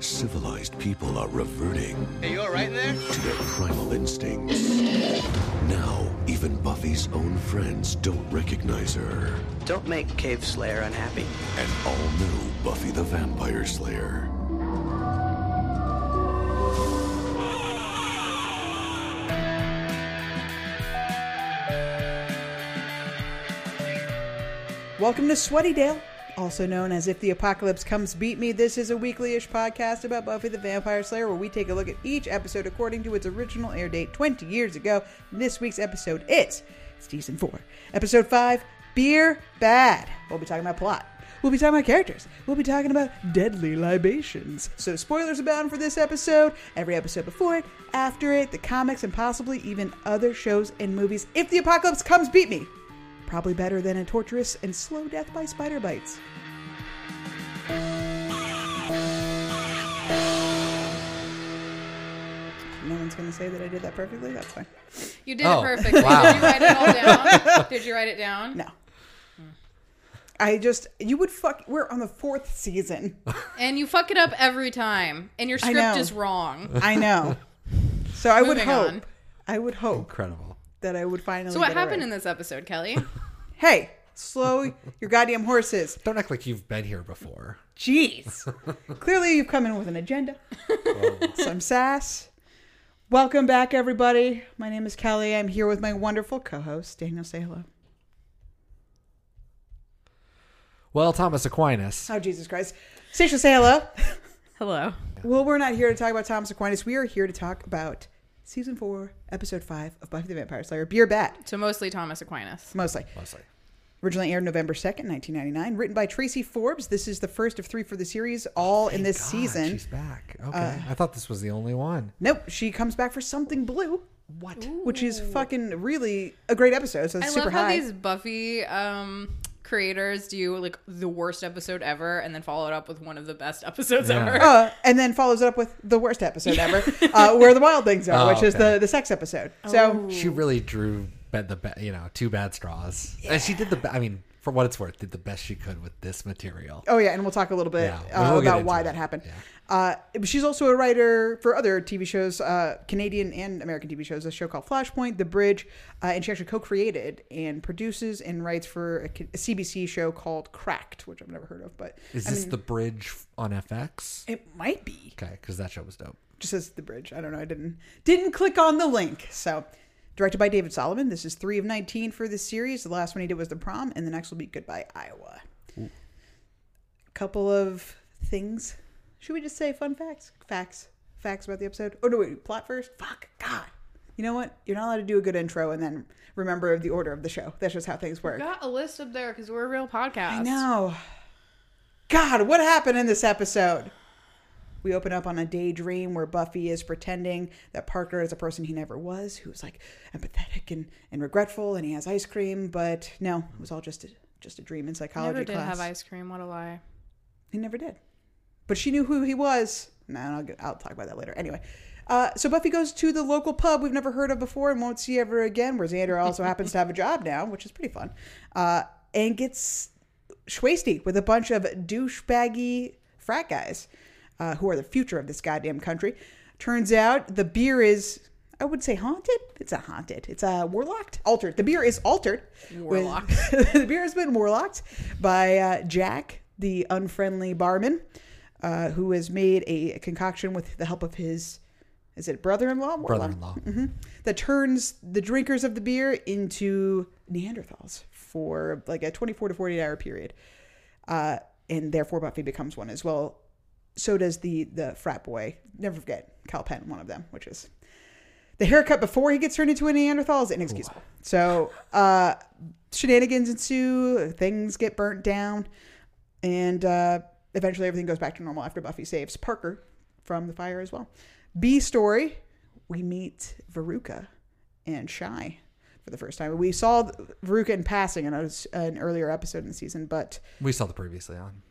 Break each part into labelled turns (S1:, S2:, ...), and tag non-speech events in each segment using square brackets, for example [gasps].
S1: civilized people are reverting
S2: Hey, you all right in there?
S1: to their primal instincts. Now, even Buffy's own friends don't recognize her.
S3: Don't make Cave Slayer unhappy.
S1: An all new Buffy the Vampire Slayer.
S4: Welcome to Sweaty Dale, also known as If the Apocalypse Comes Beat Me. This is a weekly ish podcast about Buffy the Vampire Slayer where we take a look at each episode according to its original air date 20 years ago. And this week's episode is season 4, episode 5 Beer Bad. We'll be talking about plot. We'll be talking about characters. We'll be talking about deadly libations. So, spoilers abound for this episode, every episode before it, after it, the comics, and possibly even other shows and movies. If the apocalypse comes, beat me. Probably better than a torturous and slow death by spider bites. No one's going to say that I did that perfectly. That's fine.
S5: You did
S6: Oh,
S5: it perfectly. Did you write it all
S6: [laughs]
S5: down? Did you write it down?
S4: No. I just, you would fuck, we're on the fourth season.
S5: And you fuck it up every time, and your
S4: know.
S5: script is wrong.
S4: I know. So I would
S5: Moving
S4: hope,
S5: on.
S4: I would hope
S6: Incredible.
S4: that I would finally.
S5: So what
S4: get it
S5: happened
S4: right.
S5: in this episode,
S6: [laughs]
S5: Kelly?
S4: Hey, slow your goddamn horses.
S6: Don't act like you've been here before. [laughs]
S4: Jeez. Clearly, you've come in with an agenda, [laughs] some sass. Welcome back, everybody. My name is Kelly. I'm here with my wonderful co host, Daniel. Say hello.
S6: Well, Thomas Aquinas.
S4: Oh, Jesus Christ. Sasha, say hello.
S5: Hello.
S4: Well, we're not here to talk about Thomas Aquinas. We are here to talk about season four, episode five of Buffy the Vampire Slayer, Beer Bat,
S5: So mostly Thomas Aquinas.
S4: mostly.
S6: Mostly.
S4: Originally aired November 2nd, 1999. Written by Tracy Forbes. This is the first of three for the series, all in this
S6: Oh, God,
S4: season. uh,
S6: She's back. Okay. I thought this was the only one.
S4: Nope, she comes back for something blue.
S6: What?
S4: which is fucking really a great episode. So it's
S5: I
S4: super
S5: love how
S4: high.
S5: these Buffy um, creators do like the worst episode ever, and then follow it up with one of the best episodes
S6: Yeah.
S5: ever.
S4: Uh, and then follows it up with the worst episode ever, uh, where the wild things are,
S6: Oh,
S4: which is
S6: okay.
S4: the the sex episode. So
S6: She really drew bad, the ba- you know two bad straws, and she did the. Ba- I mean, for what it's worth, did the best she could with this material.
S4: Oh yeah, and we'll talk a little bit
S6: Yeah,
S4: uh,
S6: we'll get
S4: about
S6: into
S4: why
S6: it.
S4: that happened.
S6: Yeah.
S4: Uh, she's also a writer for other TV shows, uh, Canadian and American TV shows. A show called Flashpoint, The Bridge, uh, and she actually co-created and produces and writes for a, K- a CBC show called Cracked, which I've never heard of, but
S6: Is this the bridge on FX?
S4: it might be.
S6: Okay, because that show was dope.
S4: just says the bridge. I don't know. I didn't didn't click on the link. So, directed by David Solomon. This is three of nineteen for this series. The last one he did was the prom, and the next will be Goodbye Iowa. Couple of things. Should we just say fun facts? Facts. Facts about the episode. Oh no, wait. Plot first. Fuck. God. You know what? You're not allowed to do a good intro and then remember the order of the show. That's just how things work.
S5: [laughs] Got a list up there because we're a real podcast.
S4: I know. God, what happened in this episode? We open up on a daydream where Buffy is pretending that Parker is a person he never was, who's like empathetic and, and regretful, and he has ice cream. But no, it was all just a, just a dream in psychology
S5: Never did
S4: class.
S5: have ice cream. What
S4: [laughs]
S5: a lie.
S4: He never did. But she knew who he was. No, I'll, get, I'll talk about that later. Anyway, uh, so Buffy goes to the local pub we've never heard of before and won't see ever again, where Xander also happens to have a job now, which is pretty fun, uh, and gets schwasty with a bunch of douchebaggy frat guys uh, who are the future of this goddamn country. Turns out the beer is, I would say, haunted. It's not haunted. It's uh, warlocked, altered. The beer is altered. with-
S5: Warlocked.
S4: [laughs] the beer has been warlocked by uh, Jack, the unfriendly barman, uh, who has made a concoction with the help of his, is it brother-in-law? Warlock.
S6: Brother-in-law.
S4: Mm-hmm. That turns the drinkers of the beer into Neanderthals for like a 24 to 48 hour period. Uh, and therefore Buffy becomes one as well. So does the the frat boy. Never forget Cal Penn, one of them, which is the haircut before he gets turned into a Neanderthal is inexcusable. So uh, shenanigans ensue, things get burnt down, and uh, eventually everything goes back to normal after Buffy saves Parker from the fire as well. B story, we meet Veruca and Shy for the first time. We saw Veruca in passing in a, an earlier episode in the season, but
S6: We saw the previously on.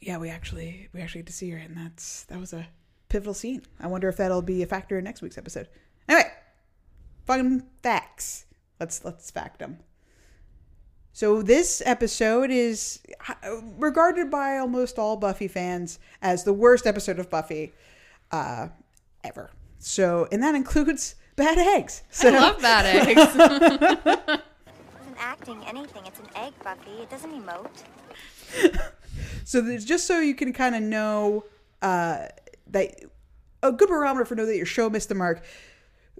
S4: yeah, we actually we actually get to see her, and that's that was a pivotal scene. I wonder if that'll be a factor in next week's episode. Anyway, fun facts. Let's let's fact them. So this episode is uh, regarded by almost all Buffy fans as the worst episode of Buffy uh, ever. So, and that includes bad eggs. So,
S5: [laughs] I love bad
S4: eh?
S5: eggs.
S2: isn't acting anything. It's an egg, Buffy. It doesn't emote.
S4: so there's just so you can kind of know uh, that a good barometer for know that your show missed the mark.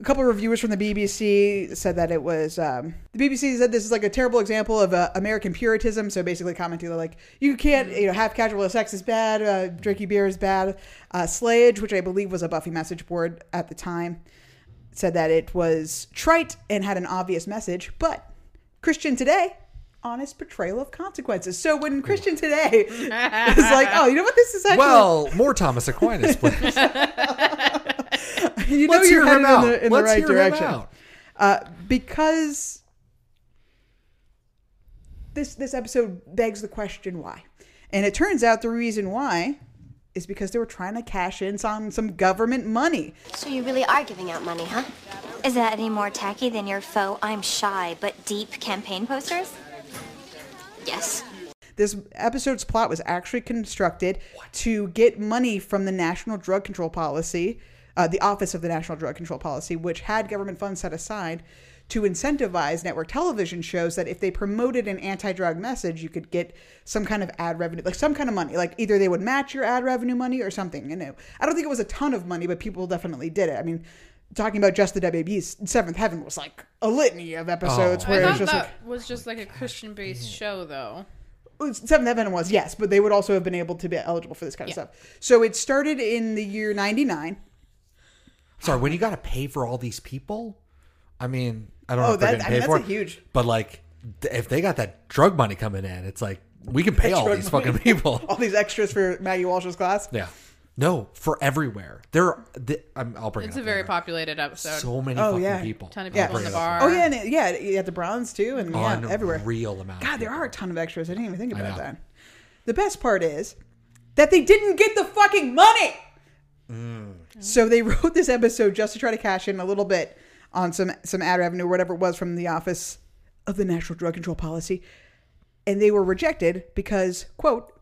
S4: A couple of reviewers from the BBC said that it was um, the BBC said this is like a terrible example of uh, American puritanism. So basically, commenting like you can't you know have casual sex is bad, uh, drinking beer is bad, uh, slayage, which I believe was a Buffy message board at the time, said that it was trite and had an obvious message, but Christian today. Honest portrayal of consequences. So when Christian today [laughs] is like, oh, you know what this is actually
S6: Well, more
S4: [laughs]
S6: Thomas Aquinas, please.
S4: you know
S6: Let's
S4: you're
S6: hear
S4: headed in
S6: him out.
S4: the, in the
S6: Let's
S4: right
S6: hear him
S4: direction
S6: out.
S4: uh, because this this episode begs the question why, and it turns out the reason why is because they were trying to cash in some some government money.
S7: So you really are giving out money, huh?
S2: Is that any more tacky than your faux I'm shy but deep campaign posters?
S7: Yes.
S4: This episode's plot was actually constructed to get money from the National Drug Control Policy, uh, the Office of the National Drug Control Policy, which had government funds set aside to incentivize network television shows that if they promoted an anti-drug message, you could get some kind of ad revenue, like some kind of money. Like either they would match your ad revenue money or something. And it, I don't think it was a ton of money, but people definitely did it. I mean, talking about just the WB's Seventh Heaven was like a litany of episodes
S5: I
S4: where it was
S5: thought
S4: just
S5: that
S4: like,
S5: was just like a Christian based show, though.
S4: Seventh Heaven was yes, but they would also have been able to be eligible for this kind of stuff. So it started in the year '99.
S6: Sorry, when you got to pay for all these people, I mean, I don't know
S4: Oh,
S6: if they're
S4: that-
S6: getting
S4: I mean,
S6: paid
S4: that's
S6: for
S4: a
S6: it,
S4: huge-
S6: But like, th- if they got that drug money coming in, it's like we can pay all
S4: drug
S6: these
S4: money. Oh.
S6: fucking
S4: [laughs]
S6: people.
S4: All these extras for Maggie Walsh's class.
S6: Yeah. No, for everywhere. There are, th- I'm, I'll bring it
S5: It's
S6: up
S5: a very
S6: later.
S5: populated episode.
S6: So many fucking
S4: Oh, yeah.
S6: people.
S5: Ton of
S6: I'll
S5: people
S6: bring
S5: in
S6: it
S5: the
S6: up Oh,
S4: Oh
S5: bar.
S6: later.
S4: yeah, and it- yeah, at the Bronze too, and yeah,
S6: Unreal
S4: everywhere.
S6: amount.
S4: God,
S6: of
S4: there
S6: people.
S4: are a ton of extras. I didn't even think about
S6: know.
S4: that. The best part is that they didn't get the fucking money.
S6: Mm.
S4: So they [laughs] wrote this episode just to try to cash in a little bit on some some ad revenue, whatever it was, from the office of the National Drug Control Policy, and they were rejected because quote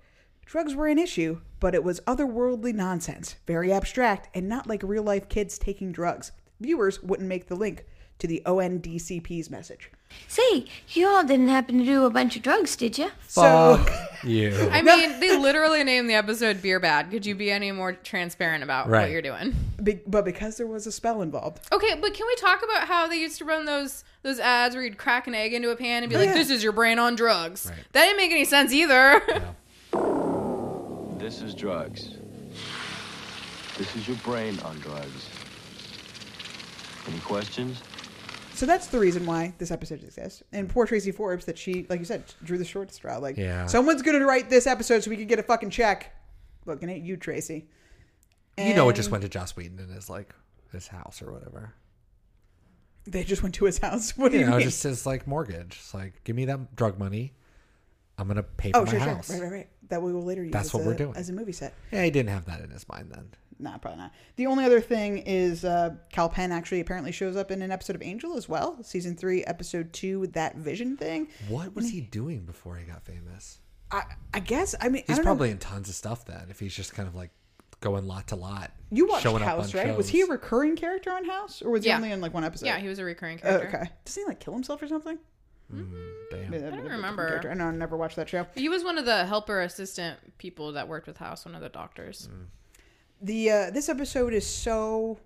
S4: drugs were an issue, but it was otherworldly nonsense, very abstract, and not like real life kids taking drugs. Viewers wouldn't make the link to the ONDCP's message.
S7: Say, you all didn't happen to do a bunch of drugs, did you?
S4: So
S6: Fuck you.
S5: I mean, they literally named the episode Beer Bad. Could you be any more transparent about what
S6: Right.
S5: you're doing?
S4: Be- but because there was a spell involved.
S5: Okay, but can we talk about how they used to run those those ads where you'd crack an egg into a pan and be like,
S4: yeah.
S5: "This is your brain on drugs." That didn't make any sense either.
S8: This is drugs. This is your brain on drugs. Any questions?
S4: So that's the reason why this episode exists. And poor Tracy Forbes, that she, like you said, drew the short straw. Like,
S6: Yeah.
S4: someone's going to write this episode so we can get a fucking check. Looking at you, Tracy.
S6: you know, it just
S4: And
S6: went to Joss Whedon and his like his house or
S4: [laughs]
S6: whatever.
S4: They just went to his house. [laughs] What do
S6: You
S4: you
S6: know,
S4: mean?
S6: just his like mortgage. It's like, give me that drug money. I'm gonna pay for
S4: oh,
S6: my
S4: sure,
S6: house.
S4: sure. Right, right, right. That we will later use
S6: That's
S4: as
S6: what
S4: a,
S6: we're doing.
S4: as a movie set.
S6: Yeah, he didn't have that in his mind then.
S4: Nah, probably not. The only other thing is uh, Cal Penn actually apparently shows up in an episode of Angel as well, season three, episode two, with that vision thing.
S6: What was he doing before he got famous?
S4: I, I guess, I mean, I
S6: He's
S4: don't know.
S6: probably in tons of stuff then. If he's just kind of like going lot to lot,
S4: You watched
S6: showing up
S4: House,
S6: on
S4: right? Was he a
S6: shows.
S4: recurring character on House, or was he
S5: Yeah.
S4: only in like one episode?
S5: [laughs] yeah, he was a recurring
S4: Oh,
S5: character. Mm-hmm.
S4: okay. Does he like kill himself or something?
S6: Mm, Damn.
S4: I don't
S5: remember.
S4: I know I never watched that show.
S5: He was one of the helper assistant people that worked with House, one of the doctors.
S4: The uh, this episode is so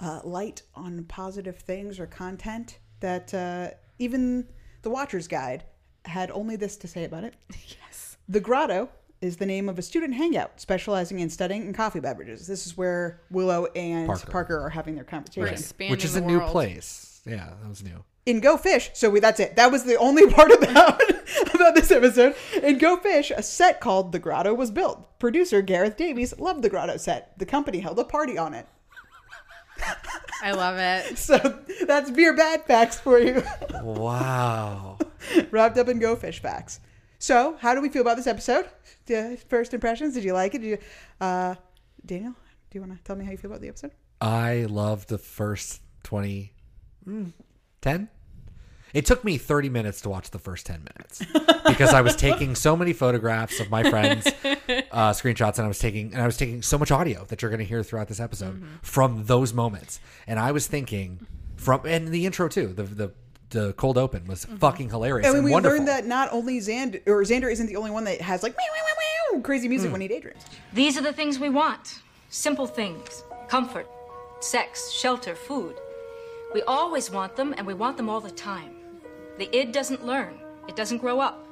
S4: uh, light on positive things or content that uh, even the Watcher's Guide had only this to say about it. Yes. The Grotto is the name of a student hangout specializing in studying and coffee beverages. This is where Willow and Parker,
S6: Parker.
S4: are having their conversation.
S5: We're expanding
S6: Which is
S5: the
S6: a new
S5: world.
S6: place. Yeah, that was new.
S4: in Go Fish. So we, that's it. That was the only [laughs] part about about this episode. In Go Fish, a set called The Grotto was built. Producer Gareth Davies loved the Grotto set. The company held a party on it.
S5: I love it.
S4: So that's beer bad facts for you, [laughs]
S6: Wow.
S4: wrapped up in Go Fish facts. So how do we feel about this episode? Yeah, First impressions? Did you like it? Did you, uh, Daniel? Do you want to tell me how you feel about the episode?
S6: I loved the first 20, mm, 10. It took me 30 minutes to watch the first 10 minutes because I was taking so many photographs of my friends, uh, screenshots, and I was taking and I was taking so much audio that you're going to hear throughout this episode from those moments. And I was thinking from and the intro too. The the the cold open was fucking hilarious
S4: And
S6: and,
S4: we
S6: wonderful.
S4: learned that not only Xander or Xander isn't the only one that has like meow, meow, meow, crazy music
S6: Hmm.
S4: when he daydreams.
S9: These are the things we want simple things comfort, sex, shelter, food. We always want them, and we want them all the time. The id doesn't learn, it doesn't grow up.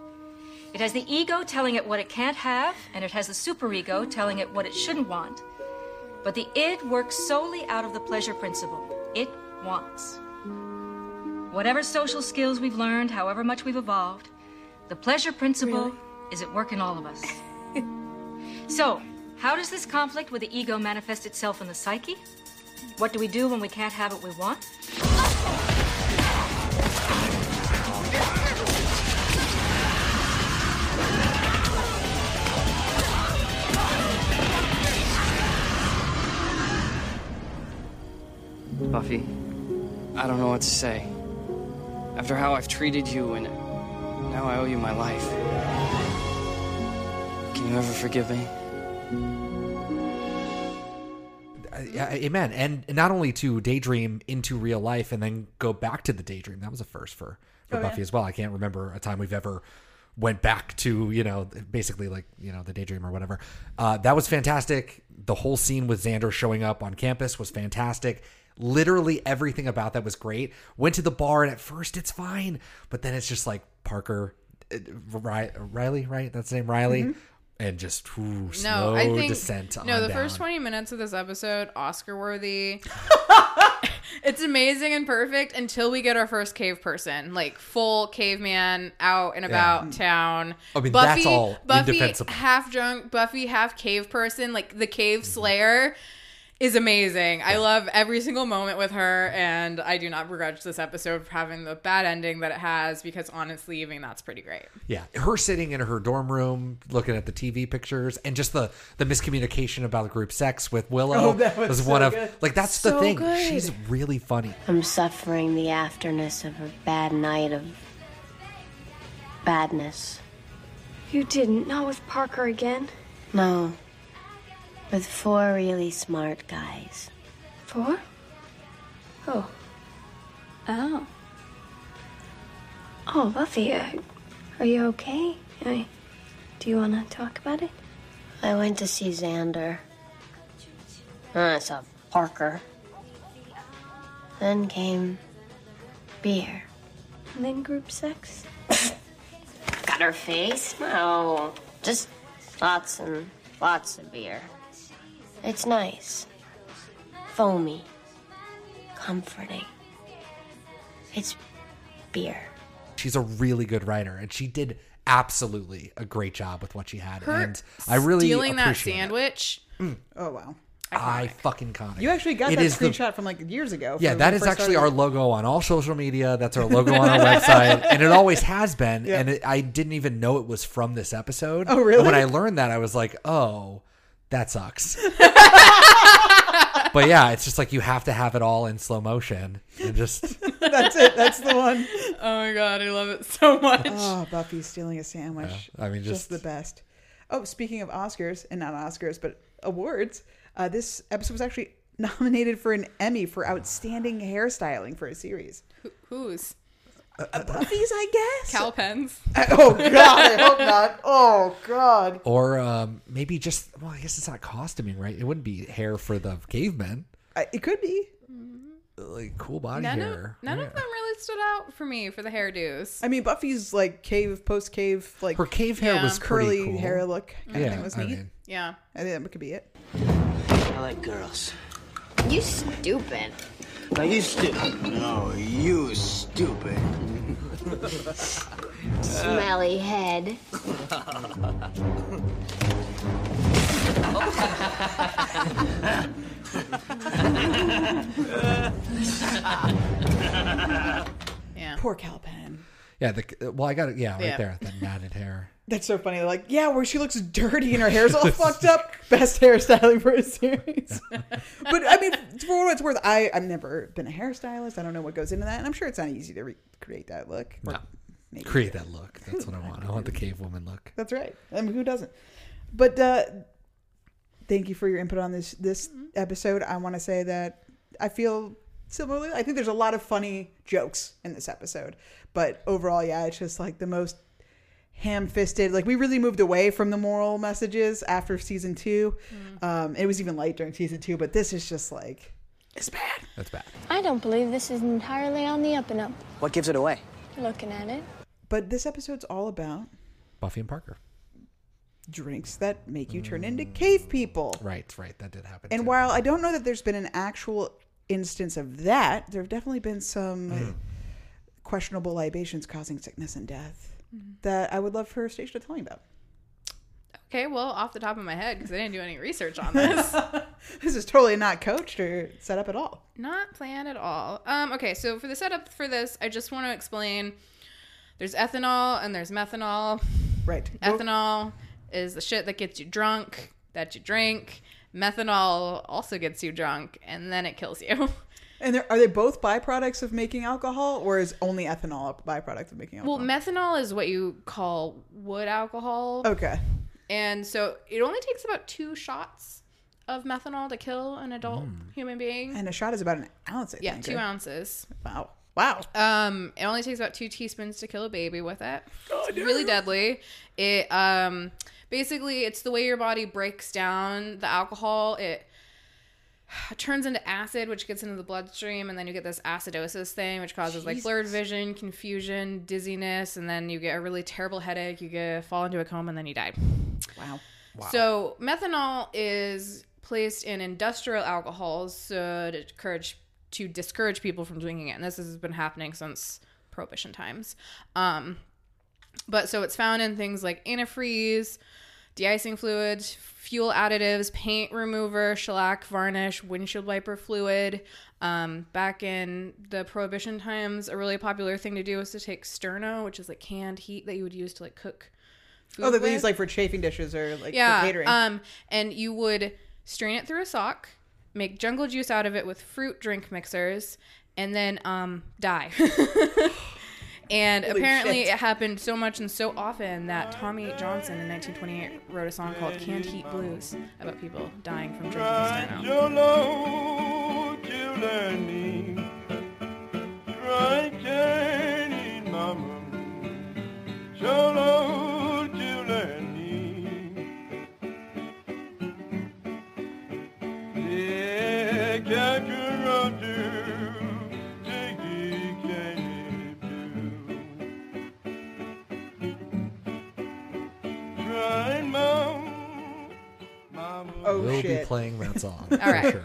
S9: It has the ego telling it what it can't have, and it has the superego telling it what it shouldn't want. But the id works solely out of the pleasure principle it wants. Whatever social skills we've learned, however much we've evolved, the pleasure principle is at work in all of us. So, how does this conflict with the ego manifest itself in the psyche? What do we do when we can't have what we want?
S10: Buffy, I don't know what to say. After how I've treated you and now I owe you my life. Can you ever forgive me?
S6: Yeah, amen. And not only to daydream into real life and then go back to the daydream. That was a first for, for
S5: Oh,
S6: Buffy as well. I can't remember a time we've ever went back to, you know, basically like, you know, the daydream or whatever. Uh, that was fantastic. The whole scene with Xander showing up on campus was fantastic. Literally everything about that was great. Went to the bar and at first it's fine, but then it's just like Parker, uh, Ri- Riley, right? That's the name, Riley. And just ooh, slow
S5: Mm-hmm. No, I think
S6: descent.
S5: no.
S6: on
S5: the
S6: down.
S5: first twenty minutes of this episode, Oscar
S6: [laughs]
S5: worthy. it's amazing and perfect until we get our first cave person, like full caveman out and about town.
S6: I mean, that's all
S5: Buffy
S6: indefensible. Mm-hmm.
S5: half drunk, Buffy half cave person, like the cave slayer. Is amazing. I love every single moment with her, and I do not begrudge this episode for having the bad ending that it has because honestly, even that's pretty great.
S6: Yeah, her sitting in her dorm room looking at the TV pictures and just the the miscommunication about group sex with Willow was, one of like that's the thing. She's really funny.
S11: I'm suffering the afterness of a bad night of badness.
S7: You didn't. Not with Parker again.
S11: No. With four really smart guys.
S7: Four? Oh. Oh. Oh, Buffy, uh, are you okay? I, do you want to talk about it?
S11: I went to see Xander. And I saw Parker. Then came beer.
S7: And then group sex?
S11: Got her face? No. Just lots and lots of beer. It's nice. Foamy. Comforting. It's beer.
S6: She's a really good writer and she did absolutely a great job with what she had.
S5: Her
S6: and I really
S5: stealing that
S6: appreciate it.
S5: sandwich.
S4: Oh wow,
S6: I fucking con it.
S4: you actually got
S6: It
S4: that
S6: is the-
S4: screenshot from like years ago.
S6: Yeah,
S4: from
S6: that
S4: when
S6: is
S4: we first
S6: actually our
S4: started.
S6: logo on all social media. That's our logo on
S4: [laughs]
S6: our website, and it always has been. And it, I didn't even know it was from this episode. Oh,
S4: really?
S6: And when I learned that, I was like, oh,
S4: [laughs]
S6: that sucks. but yeah, it's just like you have to have it all in slow motion.
S4: [laughs]
S6: And just
S4: That's it. That's the one.
S5: Oh my god, I love it [laughs] so much.
S4: Oh, Buffy stealing a sandwich.
S6: Yeah, I mean, just-
S4: the best. Oh, speaking of Oscars and not Oscars, but awards, uh, this episode was actually [laughs] nominated for an Emmy for outstanding hairstyling for a series.
S5: Who's
S4: Buffy's, I guess.
S5: Cal Pens?
S4: oh God, I hope not. Oh God.
S6: or um, maybe just well, I guess it's not costuming, right? It wouldn't be hair for the cavemen,
S4: I, it could be.
S6: like cool body
S5: None of
S6: hair.
S5: none
S6: yeah.
S5: of them really stood out for me for the hairdos.
S4: I mean, Buffy's like cave, post cave, like
S6: Her cave hair
S5: Yeah.
S6: was pretty
S4: curly
S6: cool.
S4: hair look kind of
S6: Yeah,
S4: thing was
S6: I
S4: neat. I,
S6: mean,
S5: Yeah.
S4: think that could be it.
S3: I like girls.
S11: You stupid.
S3: Now you stupid. No, you stupid.
S12: Uh.
S11: Smelly head.
S5: Yeah.
S4: Poor Calpen.
S6: yeah. The, well, I got it. Yeah, right
S5: Yeah.
S6: there, the matted hair.
S4: That's so funny. They're like, yeah, where she looks dirty and her hair's all fucked up. Best hairstyling for a series. [laughs] but I mean, for what it's worth, I, I've never been a hairstylist. I don't know what goes into that. And I'm sure it's not easy to recreate that look. Or
S6: No. Create that look. That's what I want. I
S5: [laughs]
S6: want the cave woman look.
S4: That's right. I mean, who doesn't? But uh, thank you for your input on this this episode. I want to say that I feel similarly. I think there's a lot of funny jokes in this episode, but overall, yeah, it's just like the most ham-fisted. Like we really moved away from the moral messages after season two. Um, it was even light during season two, but this is just like it's bad.
S6: That's bad.
S12: I don't believe this is entirely on the up and up.
S10: What gives it away?
S12: Looking at it.
S4: But this episode's all about
S6: Buffy and Parker.
S4: drinks that make you turn into cave people.
S6: Right, right. That did happen.
S4: And while I don't know that there's been an actual instance of that, there have definitely been some
S6: Hmm.
S4: questionable libations causing sickness and death
S5: Mm-hmm.
S4: that I would love for Station to tell me about. [laughs]
S5: Okay, well, off the top of my head, because I didn't do any research on [laughs] this.
S4: This is totally not coached or set up at all.
S5: Not planned at all. Um, okay, so for the setup for this, I just want to explain there's ethanol and there's methanol.
S4: Right.
S5: Ethanol is the shit that gets you drunk, that you drink. Methanol also gets you drunk, and then it kills you. [laughs]
S4: And there, are they both byproducts of making alcohol, or is only ethanol a byproduct of making alcohol?
S5: Well, methanol is what you call wood alcohol.
S6: Oh,
S4: okay.
S5: And so it only takes about two shots of methanol to kill an adult human being.
S4: And a shot is about an ounce, I
S5: yeah,
S4: think.
S5: two
S4: right?
S5: ounces.
S4: Wow. Wow.
S5: Um, it only takes about two teaspoons to kill a baby with it. it's really deadly. It um, basically it's the way your body breaks down the alcohol. It turns into acid, which gets into the bloodstream, and then you get this acidosis thing, which causes like blurred vision, confusion, dizziness, and then you get a really terrible headache. You get fall into a coma, and then you die.
S4: Wow.
S5: So methanol is placed in industrial alcohols so to encourage to discourage people from drinking it, and this has been happening since prohibition times. Um, but so it's found in things like antifreeze, de-icing fluids, fuel additives, paint remover, shellac varnish, windshield wiper fluid. Um, back in the prohibition times, a really popular thing to do was to take sterno, which is like canned heat that you would use to like cook. Food
S4: Oh, that they
S5: with
S4: use like for chafing dishes or like
S5: yeah,
S4: for catering.
S5: Um, and you would strain it through a sock, make jungle juice out of it with fruit drink mixers, and then um, die. [laughs] and
S13: Holy
S5: apparently,
S13: shit.
S5: it happened so much and so often that Tommy Johnson in 1928 wrote a song called "Canned Heat Blues" about people dying from drinking
S13: Your
S5: Steno.
S13: load till I need. Try candy, mama. Your load till I need. Yeah, Kakarot, Jiggy candy, too. Try, mama.
S4: Oh
S6: we'll
S4: shit.
S6: be playing
S5: [laughs]
S6: that song.
S5: All right.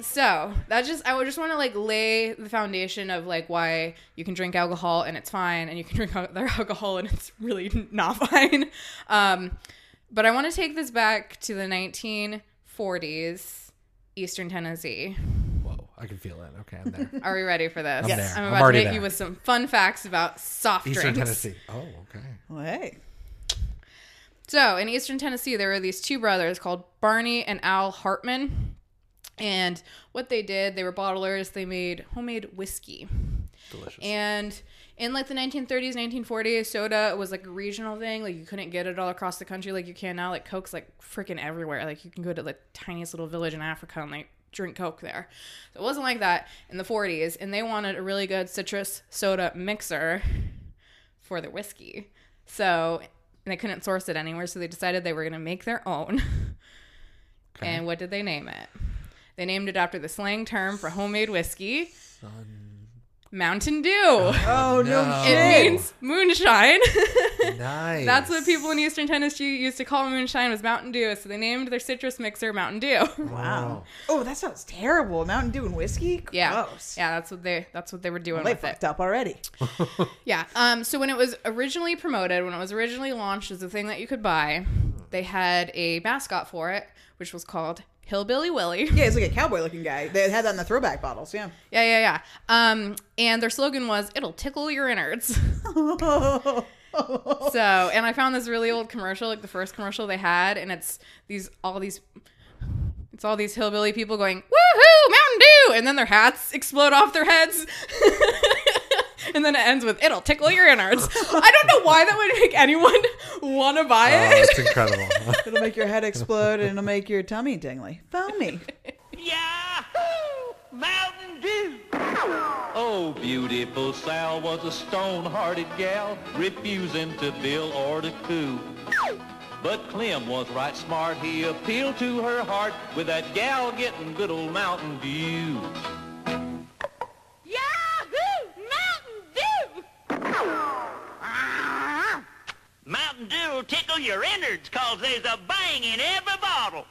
S5: So that just I would just want to like lay the foundation of like why you can drink alcohol and it's fine, and you can drink other alcohol and it's [laughs] really not fine. Um, but I want to take this back to the 1940s, Eastern Tennessee.
S6: Whoa, I can feel it. Okay, I'm
S5: [laughs]
S6: there.
S5: Are we ready for this?
S6: I'm Yes. there.
S5: I'm
S6: I'm
S5: about to
S6: already
S5: hit
S6: there.
S5: you with some fun facts about soft
S6: Eastern
S5: drinks.
S6: Tennessee. Oh, okay.
S4: Well, hey.
S5: So in Eastern Tennessee, there were these two brothers called Barney and Al Hartman. And what they did, they were bottlers. They made homemade whiskey.
S6: Delicious.
S5: And in like the 1930s, 1940s, soda was like a regional thing. Like you couldn't get it all across the country like you can now. Like Coke's like freaking everywhere. Like you can go to like tiniest little village in Africa and like drink Coke there. So it wasn't like that in the 40s. And they wanted a really good citrus soda mixer for their whiskey. So and they couldn't source it anywhere, so they decided they were going to make their own. [laughs] And what did they name it? They named it after the slang term for homemade whiskey, Mountain Dew.
S4: Oh, no no.
S5: It
S4: shit.
S5: means moonshine. [laughs]
S6: [laughs] nice.
S5: That's what people in Eastern Tennessee used to call moonshine was Mountain Dew. So they named their citrus mixer Mountain Dew.
S4: Wow. Oh, that sounds terrible. Mountain Dew and whiskey? Gross.
S5: Yeah, yeah, that's what they that's what they were doing
S4: Well, they
S5: with it.
S4: fucked up already.
S5: Yeah. Um, so when it was originally promoted, when it was originally launched as a thing that you could buy, they had a mascot for it, which was called Hillbilly Willie. [laughs]
S4: Yeah, it's like a cowboy looking guy. They had that in the throwback bottles. Yeah.
S5: Yeah, yeah, yeah. Um, and their slogan was, "It'll tickle your innards." So, and I found this really old commercial, like the first commercial they had, and it's these all these it's all these hillbilly people going, "Woohoo, Mountain Dew!" and then their hats explode off their heads. [laughs] and then it ends with, "It'll tickle your innards." I don't know why that would make anyone want to buy [laughs]
S6: Oh,
S5: it.
S6: it's incredible.
S4: it'll make your head explode and it'll make your tummy dangly. Foamy.
S13: Mountain Dew.
S14: Oh, beautiful Sal was a stone-hearted gal, refusing to bill or to coo. But Clem was right smart. He appealed to her heart with that gal getting good old Mountain Dew.
S13: Yahoo! Mountain Dew. Mountain Dew will tickle your innards cause there's a bang in every bottle.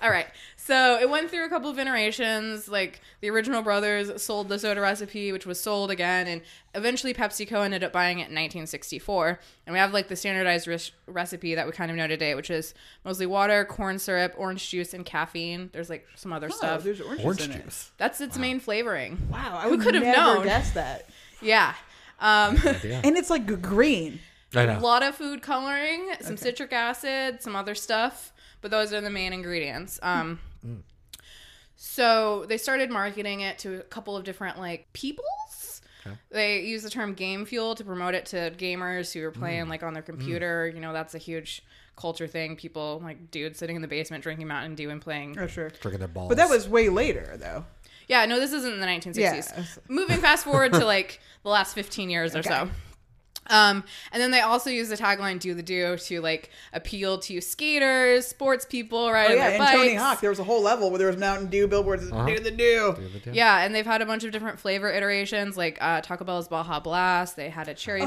S5: All right. So it went through a couple of iterations. Like the original brothers sold the soda recipe, which was sold again, and eventually PepsiCo ended up buying it in 1964. And we have like the standardized res- recipe that we kind of know today, which is mostly water, corn syrup, orange juice, and caffeine. There's like some other
S4: [laughs] Oh,
S5: stuff.
S4: there's oranges Orange in it. juice.
S5: That's its main flavoring.
S4: Wow, I
S5: Who
S4: would
S5: could have
S4: never
S5: known?
S4: guessed that.
S5: Yeah. Um,
S4: And it's like g- green.
S6: I
S5: a lot of food coloring, some citric acid, some other stuff, but those are the main ingredients. Um,
S6: Mm.
S5: so they started marketing it to a couple of different like peoples.
S6: Okay.
S5: They use the term game fuel to promote it to gamers who are playing
S6: Mm.
S5: like on their computer. You know, that's a huge culture thing. People like dudes sitting in the basement drinking Mountain Dew and playing.
S4: Oh, sure.
S6: Drinking their balls.
S4: But that was way later, though.
S5: Yeah, no, this isn't the 1960s.
S4: Yeah.
S5: Moving fast forward to like [laughs] the last 15 years or so. Um, and then they also use the tagline "Do the Do" to like appeal to skaters, sports people, right?
S4: Oh, yeah,
S5: their
S4: and
S5: bikes.
S4: Tony Hawk. There was a whole level where there was Mountain Dew billboards.
S5: Uh-huh.
S4: Do the Dew.
S5: Yeah, and they've had a bunch of different flavor iterations, like uh, Taco Bell's Baja Blast. They had a
S4: Oh,
S5: cherry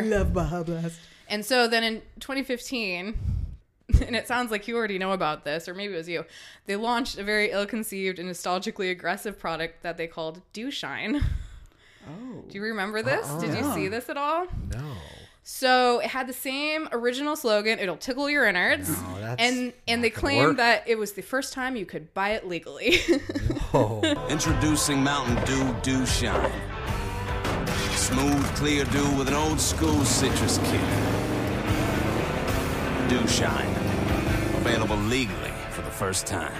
S4: I love Baja Blast.
S5: And so then in 2015, [laughs] and it sounds like you already know about this, or maybe it was you, they launched a very ill conceived and nostalgically aggressive product that they called Dew Shine.
S4: Oh.
S5: Do you remember this? Did you
S6: Uh-uh.
S5: see this at all?
S6: No.
S5: So it had the same original slogan, it'll tickle your innards.
S6: No, that's
S5: and and they
S6: gonna
S5: claimed
S6: work.
S5: that it was the first time you could buy it legally. [laughs]
S3: Introducing Mountain Dew Dew Shine. Smooth, clear dew with an old school citrus kick. Dew Shine. Available legally for the first time.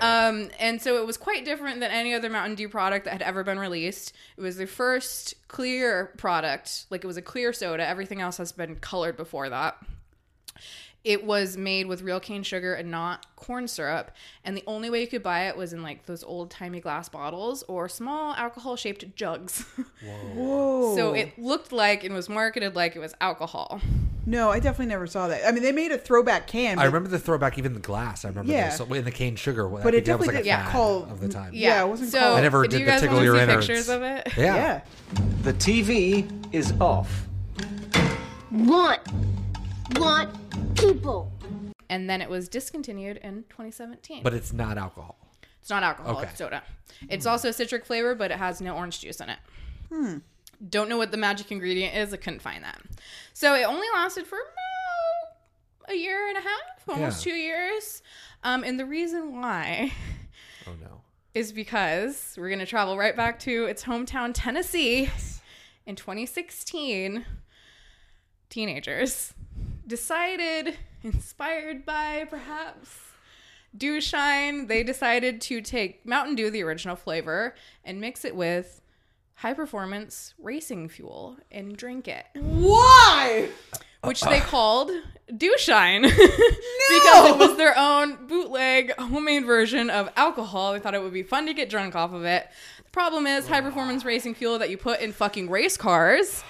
S5: Um, and so it was quite different than any other Mountain Dew product that had ever been released. It was their first clear product, like it was a clear soda. Everything else has been colored before that. It was made with real cane sugar and not corn syrup. And the only way you could buy it was in like those old timey glass bottles or small alcohol shaped jugs. [laughs]
S4: Whoa.
S5: so it looked like and was marketed like it was alcohol.
S4: No, I definitely never saw that. I mean, they made a throwback can.
S6: I
S4: but-
S6: remember the throwback, even the glass. I remember
S4: Yeah.
S6: yeah. in the cane sugar.
S4: But it
S6: that
S4: definitely
S6: was like a
S4: didn't
S6: fad
S4: call-
S6: of the time.
S4: Yeah, it wasn't
S5: so
S4: called-
S6: I never
S5: do
S6: did
S5: you
S6: the
S5: guys
S6: tickle
S5: wanna
S6: your
S5: see
S6: innards.
S5: pictures of it?
S6: Yeah.
S15: The TV is off.
S5: want want people and then it was discontinued in 2017
S6: But it's not alcohol.
S5: it's not alcohol
S6: Okay. Hmm.
S5: it's soda it's also citric flavor but it has no orange juice in it
S4: Hmm.
S5: don't know what the magic ingredient is i couldn't find that so it only lasted for about a year and a half almost
S6: Yeah.
S5: two years um, and the reason why
S6: Oh no.
S5: is because we're going to travel right back to its hometown, Tennessee. In 2016, teenagers decided, inspired by perhaps Dew Shine, they decided to take Mountain Dew, the original flavor, and mix it with high performance racing fuel and drink it.
S4: Why?
S5: Which they called Dew [laughs] Shine. because it was their own bootleg homemade version of alcohol. They thought it would be fun to get drunk off of it. The problem is high performance racing fuel that you put in fucking race cars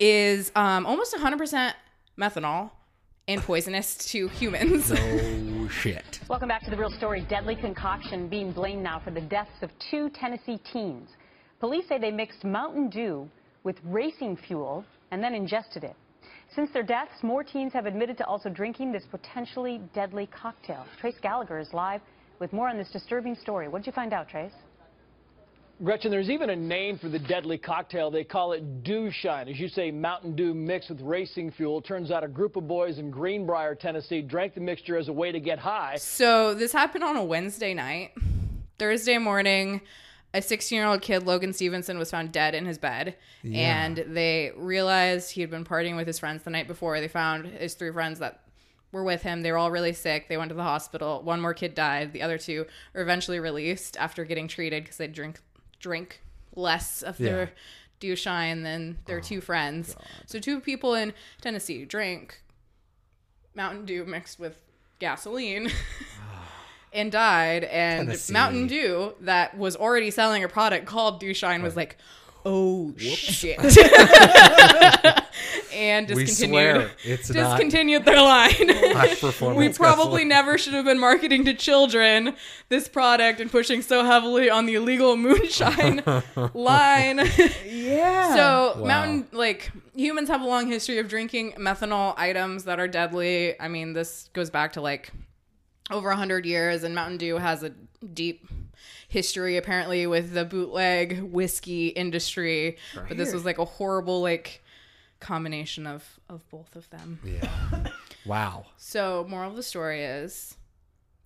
S5: is um, almost 100% methanol and poisonous to humans. [laughs]
S6: No shit.
S16: Welcome back to the real story. Deadly concoction being blamed now for the deaths of two Tennessee teens. Police say they mixed Mountain Dew with racing fuel and then ingested it. Since their deaths, more teens have admitted to also drinking this potentially deadly cocktail. Trace Gallagher is live with more on this disturbing story. What did you find out, Trace?
S17: Gretchen, there's even a name for the deadly cocktail. They call it Dew Shine. As you say, Mountain Dew mixed with racing fuel. Turns out a group of boys in Greenbrier, Tennessee, drank the mixture as a way to get high.
S5: So this happened on a Wednesday night. Thursday morning, a 16 year old kid, Logan Stevenson, was found dead in his bed.
S6: Yeah.
S5: And they realized he had been partying with his friends the night before. They found his three friends that were with him. They were all really sick. They went to the hospital. One more kid died. The other two were eventually released after getting treated because they drink drink less of
S6: Yeah. Oh,
S5: their dew shine than their two friends. So two people in Tennessee drink Mountain Dew mixed with gasoline
S6: [sighs]
S5: and died. And
S6: Tennessee.
S5: Mountain Dew, that was already selling a product called Dew Shine, was like, oh
S6: [laughs]
S5: shit. [laughs] and
S6: We
S5: discontinued.
S6: swear it's not
S5: discontinued their
S6: [laughs]
S5: line.
S6: high performance
S5: we probably
S6: gasoline.
S5: never should have been marketing to children this product and pushing so heavily on the illegal [laughs] moonshine line.
S4: Yeah.
S5: So
S6: Wow.
S5: mountain like humans have a long history of drinking methanol items that are deadly. I mean, this goes back to like over 100 years and Mountain Dew has a deep history apparently with the bootleg whiskey industry. But this
S6: Weird.
S5: was like a horrible like combination of of both of them.
S6: Yeah. Wow.
S5: So, moral of the story is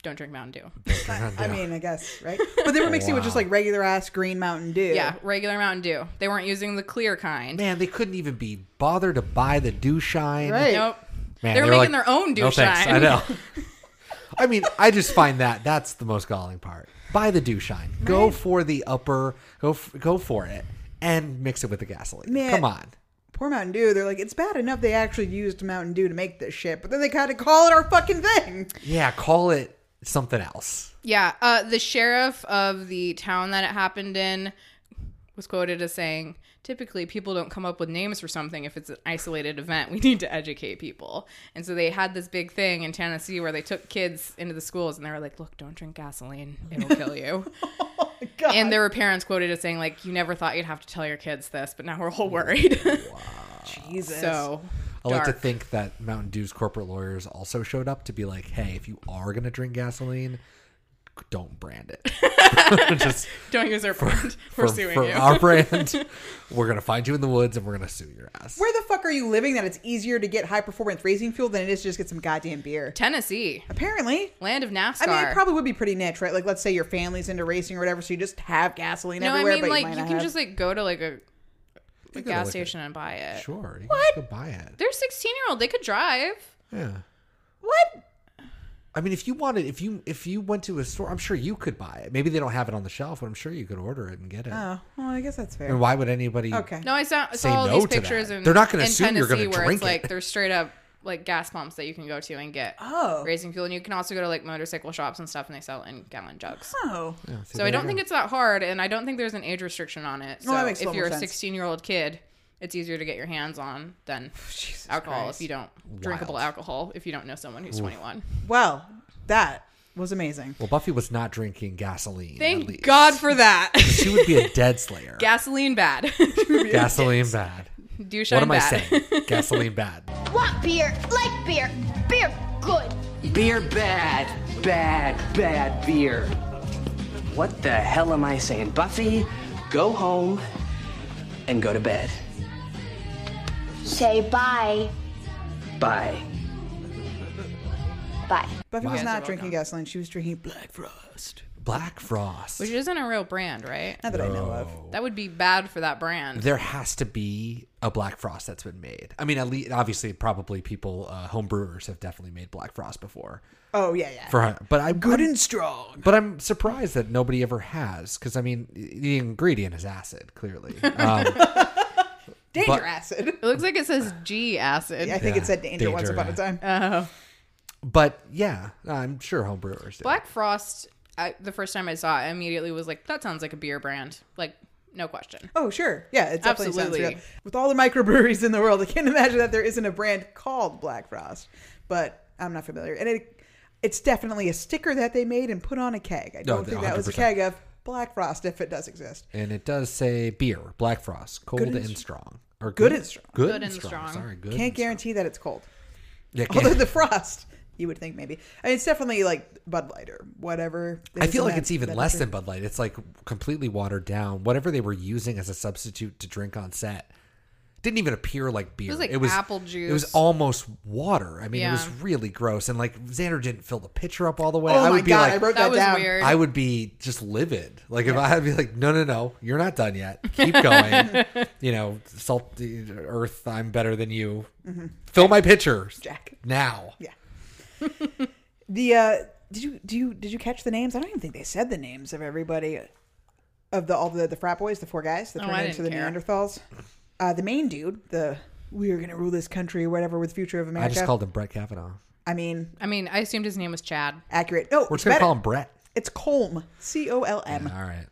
S5: don't drink Mountain Dew.
S4: I mean, I guess, [laughs] right? But they were mixing with just
S6: Wow.
S4: like regular ass green Mountain Dew.
S5: yeah, regular Mountain Dew. They weren't using the clear kind.
S6: Man, they couldn't even be bothered to buy the dew shine.
S4: Right.
S5: Nope.
S6: Man,
S5: they were
S6: were
S5: making
S6: like,
S5: their own dew
S6: "No thanks."
S5: shine.
S6: I know. [laughs] I mean, I just find that that's the most galling part. Buy the dew shine. Go for the upper. Go f- go for it, and mix it with the gasoline.
S4: Man.
S6: Come on.
S4: Poor Mountain Dew. They're like, it's bad enough they actually used Mountain Dew to make this shit, but then they kind of call it our fucking thing.
S6: Yeah, call it something else.
S5: Yeah, uh, the sheriff of the town that it happened in was quoted as saying, "Typically, people don't come up with names for something if it's an isolated event. We need to educate people." And so they had this big thing in Tennessee where they took kids into the schools and they were like, "Look, don't drink gasoline; it'll kill you." And there were parents quoted as saying, "Like, you never thought you'd have to tell your kids this, but now we're all worried." [laughs]
S4: Jesus.
S5: So.
S6: I like to
S5: dark.
S6: think that Mountain Dew's corporate lawyers also showed up to be like, "Hey, if you are gonna drink gasoline, don't brand it. Just
S5: Don't use our brand. [laughs] We're suing you. [laughs]
S6: our brand. We're gonna find you in the woods and we're gonna sue your ass."
S4: Where the fuck are you living that it's easier to get high performance racing fuel than it is to just get some goddamn beer?
S5: Tennessee,
S4: Apparently.
S5: land of NASCAR.
S4: I mean, it probably would be pretty niche, right? Like, let's say your family's into racing or whatever, so you just have gasoline
S5: No, I
S4: everywhere.
S5: mean
S4: but
S5: like
S4: you, might
S5: you,
S4: not
S5: can
S4: have-
S5: just like go to like a, a
S6: go to,
S5: gas
S6: like, a-
S5: station and buy it.
S6: Sure, you what? can just go buy it.
S5: They're sixteen year old. They could drive.
S6: Yeah.
S4: What?
S6: I mean, if you wanted, if you if you went to a store, I'm sure you could buy it. Maybe they don't have it on the shelf, but I'm sure you could order it and get it.
S4: Oh, well, I guess that's fair.
S6: And why would anybody?
S4: Okay.
S5: No, I saw,
S6: Say
S5: saw all
S6: no
S5: these
S6: to that.
S5: pictures in
S6: They're not gonna
S5: in
S6: assume you're gonna
S5: Tennessee where
S6: drink
S5: it's like
S6: it.
S5: there's straight up like gas pumps that you can go to and get
S4: oh
S5: raising fuel, and you can also go to like motorcycle shops and stuff, and they sell it in gallon jugs.
S4: Oh.
S6: Yeah, see,
S5: So
S6: there
S5: I
S6: you
S5: don't
S6: go.
S5: think it's that hard, and I don't think there's an age restriction on it. So
S4: Well, that makes a
S5: if
S4: lot
S5: you're
S4: more
S5: a
S4: sense.
S5: 16 year old kid, it's easier to get your hands on
S4: [sighs]
S5: than alcohol
S4: Christ.
S5: if you don't drinkable
S6: Wild.
S5: alcohol if you don't know someone who's
S6: Oof.
S5: 21.
S4: Well, that was amazing.
S6: Well, Buffy was not drinking gasoline. at
S5: Thank
S6: least.
S5: God for that.
S6: [laughs]
S5: [laughs]
S6: She would be a dead slayer.
S5: Gasoline bad. [laughs]
S6: Gasoline bad.
S5: Do shine
S6: What am
S5: bad.
S6: I saying?
S5: [laughs]
S6: Gasoline bad.
S18: Want beer, like beer, beer good.
S15: Beer bad, bad, bad beer. What the hell am I saying? Buffy, go home and go to bed.
S18: Say bye.
S15: Bye.
S18: Bye.
S4: Buffy was
S5: Wow.
S4: not drinking gasoline. She was drinking Black Frost.
S6: Black Frost.
S5: Which isn't a real brand, right?
S4: Not that I know of.
S5: That would be bad for that brand.
S6: Oh. There has to be a Black Frost that's been made. I mean, at least obviously, probably people uh, home brewers have definitely made Black Frost before.
S4: Oh, yeah, yeah.
S6: For her, but I'm
S4: Good and strong.
S6: But I'm surprised that nobody ever has, because I mean, the ingredient is
S4: [laughs]
S6: acid, clearly. Um,
S4: Danger
S6: But-
S4: acid. [laughs]
S5: It looks like it says G acid.
S4: Yeah, I think
S6: Yeah,
S4: it said danger, once
S6: danger,
S4: upon a time.
S5: Oh.
S6: but yeah, I'm sure home brewers do.
S5: Black Frost, I, the first time I saw it, I immediately was like, that sounds like a beer brand. Like, no question.
S4: Oh, sure. Yeah, it definitely Absolutely. sounds
S5: Absolutely.
S4: real. With all the microbreweries in the world, I can't [laughs] imagine that there isn't a brand called Black Frost, but I'm not familiar. And it, it's definitely a sticker that they made and put on a keg. I
S6: No,
S4: don't think that was a
S6: 100%.
S4: keg of Black Frost if it does exist.
S6: And it does say beer, Black Frost, cold
S4: Good and
S6: and,
S4: str-
S6: strong, or
S4: good and strong.
S6: Good,
S5: Good
S6: and
S5: and
S6: strong.
S5: strong.
S6: Sorry, good.
S4: Can't
S6: and-
S4: guarantee that it's
S6: [laughs]
S4: cold. [laughs]
S6: Yeah, can't-
S4: Although the frost, you would think maybe. I mean, it's definitely like Bud Light or whatever.
S6: I
S4: is
S6: feel
S4: in
S6: like
S4: that-
S6: it's even
S4: that
S6: less
S4: picture.
S6: than Bud Light. It's like completely watered down. Whatever they were using as a substitute to drink on set didn't even appear like beer.
S5: was like apple
S6: It was
S5: juice.
S6: almost water. I mean, it was
S5: Yeah.
S6: really gross. And like Xander didn't fill the pitcher up all the way.
S4: Oh
S6: I
S4: my
S6: would be
S4: God,
S6: like,
S4: I wrote That that was down. weird.
S6: I would be just livid. Like if I had be like, no, no, no, you're not done yet. Keep going.
S4: [laughs]
S6: you know, salt the earth. I'm better than you.
S4: Mhm.
S6: Fill my pitcher,
S4: Jack.
S6: now.
S4: The uh did you do you did you catch the names? I don't even think they said the names of everybody of the all the the frat boys, the four guys that
S5: Oh,
S4: turned
S5: I
S4: into the
S5: didn't care.
S4: Neanderthals. Uh the main dude, the we are gonna rule this country or whatever with future of America.
S6: I just called him Brett Kavanaugh.
S4: I mean
S5: I mean, I assumed his name was Chad.
S4: Accurate. No,
S6: We're
S4: it's
S6: just gonna
S4: better.
S6: call him Brett.
S4: It's Colm. C O L M.
S6: All right.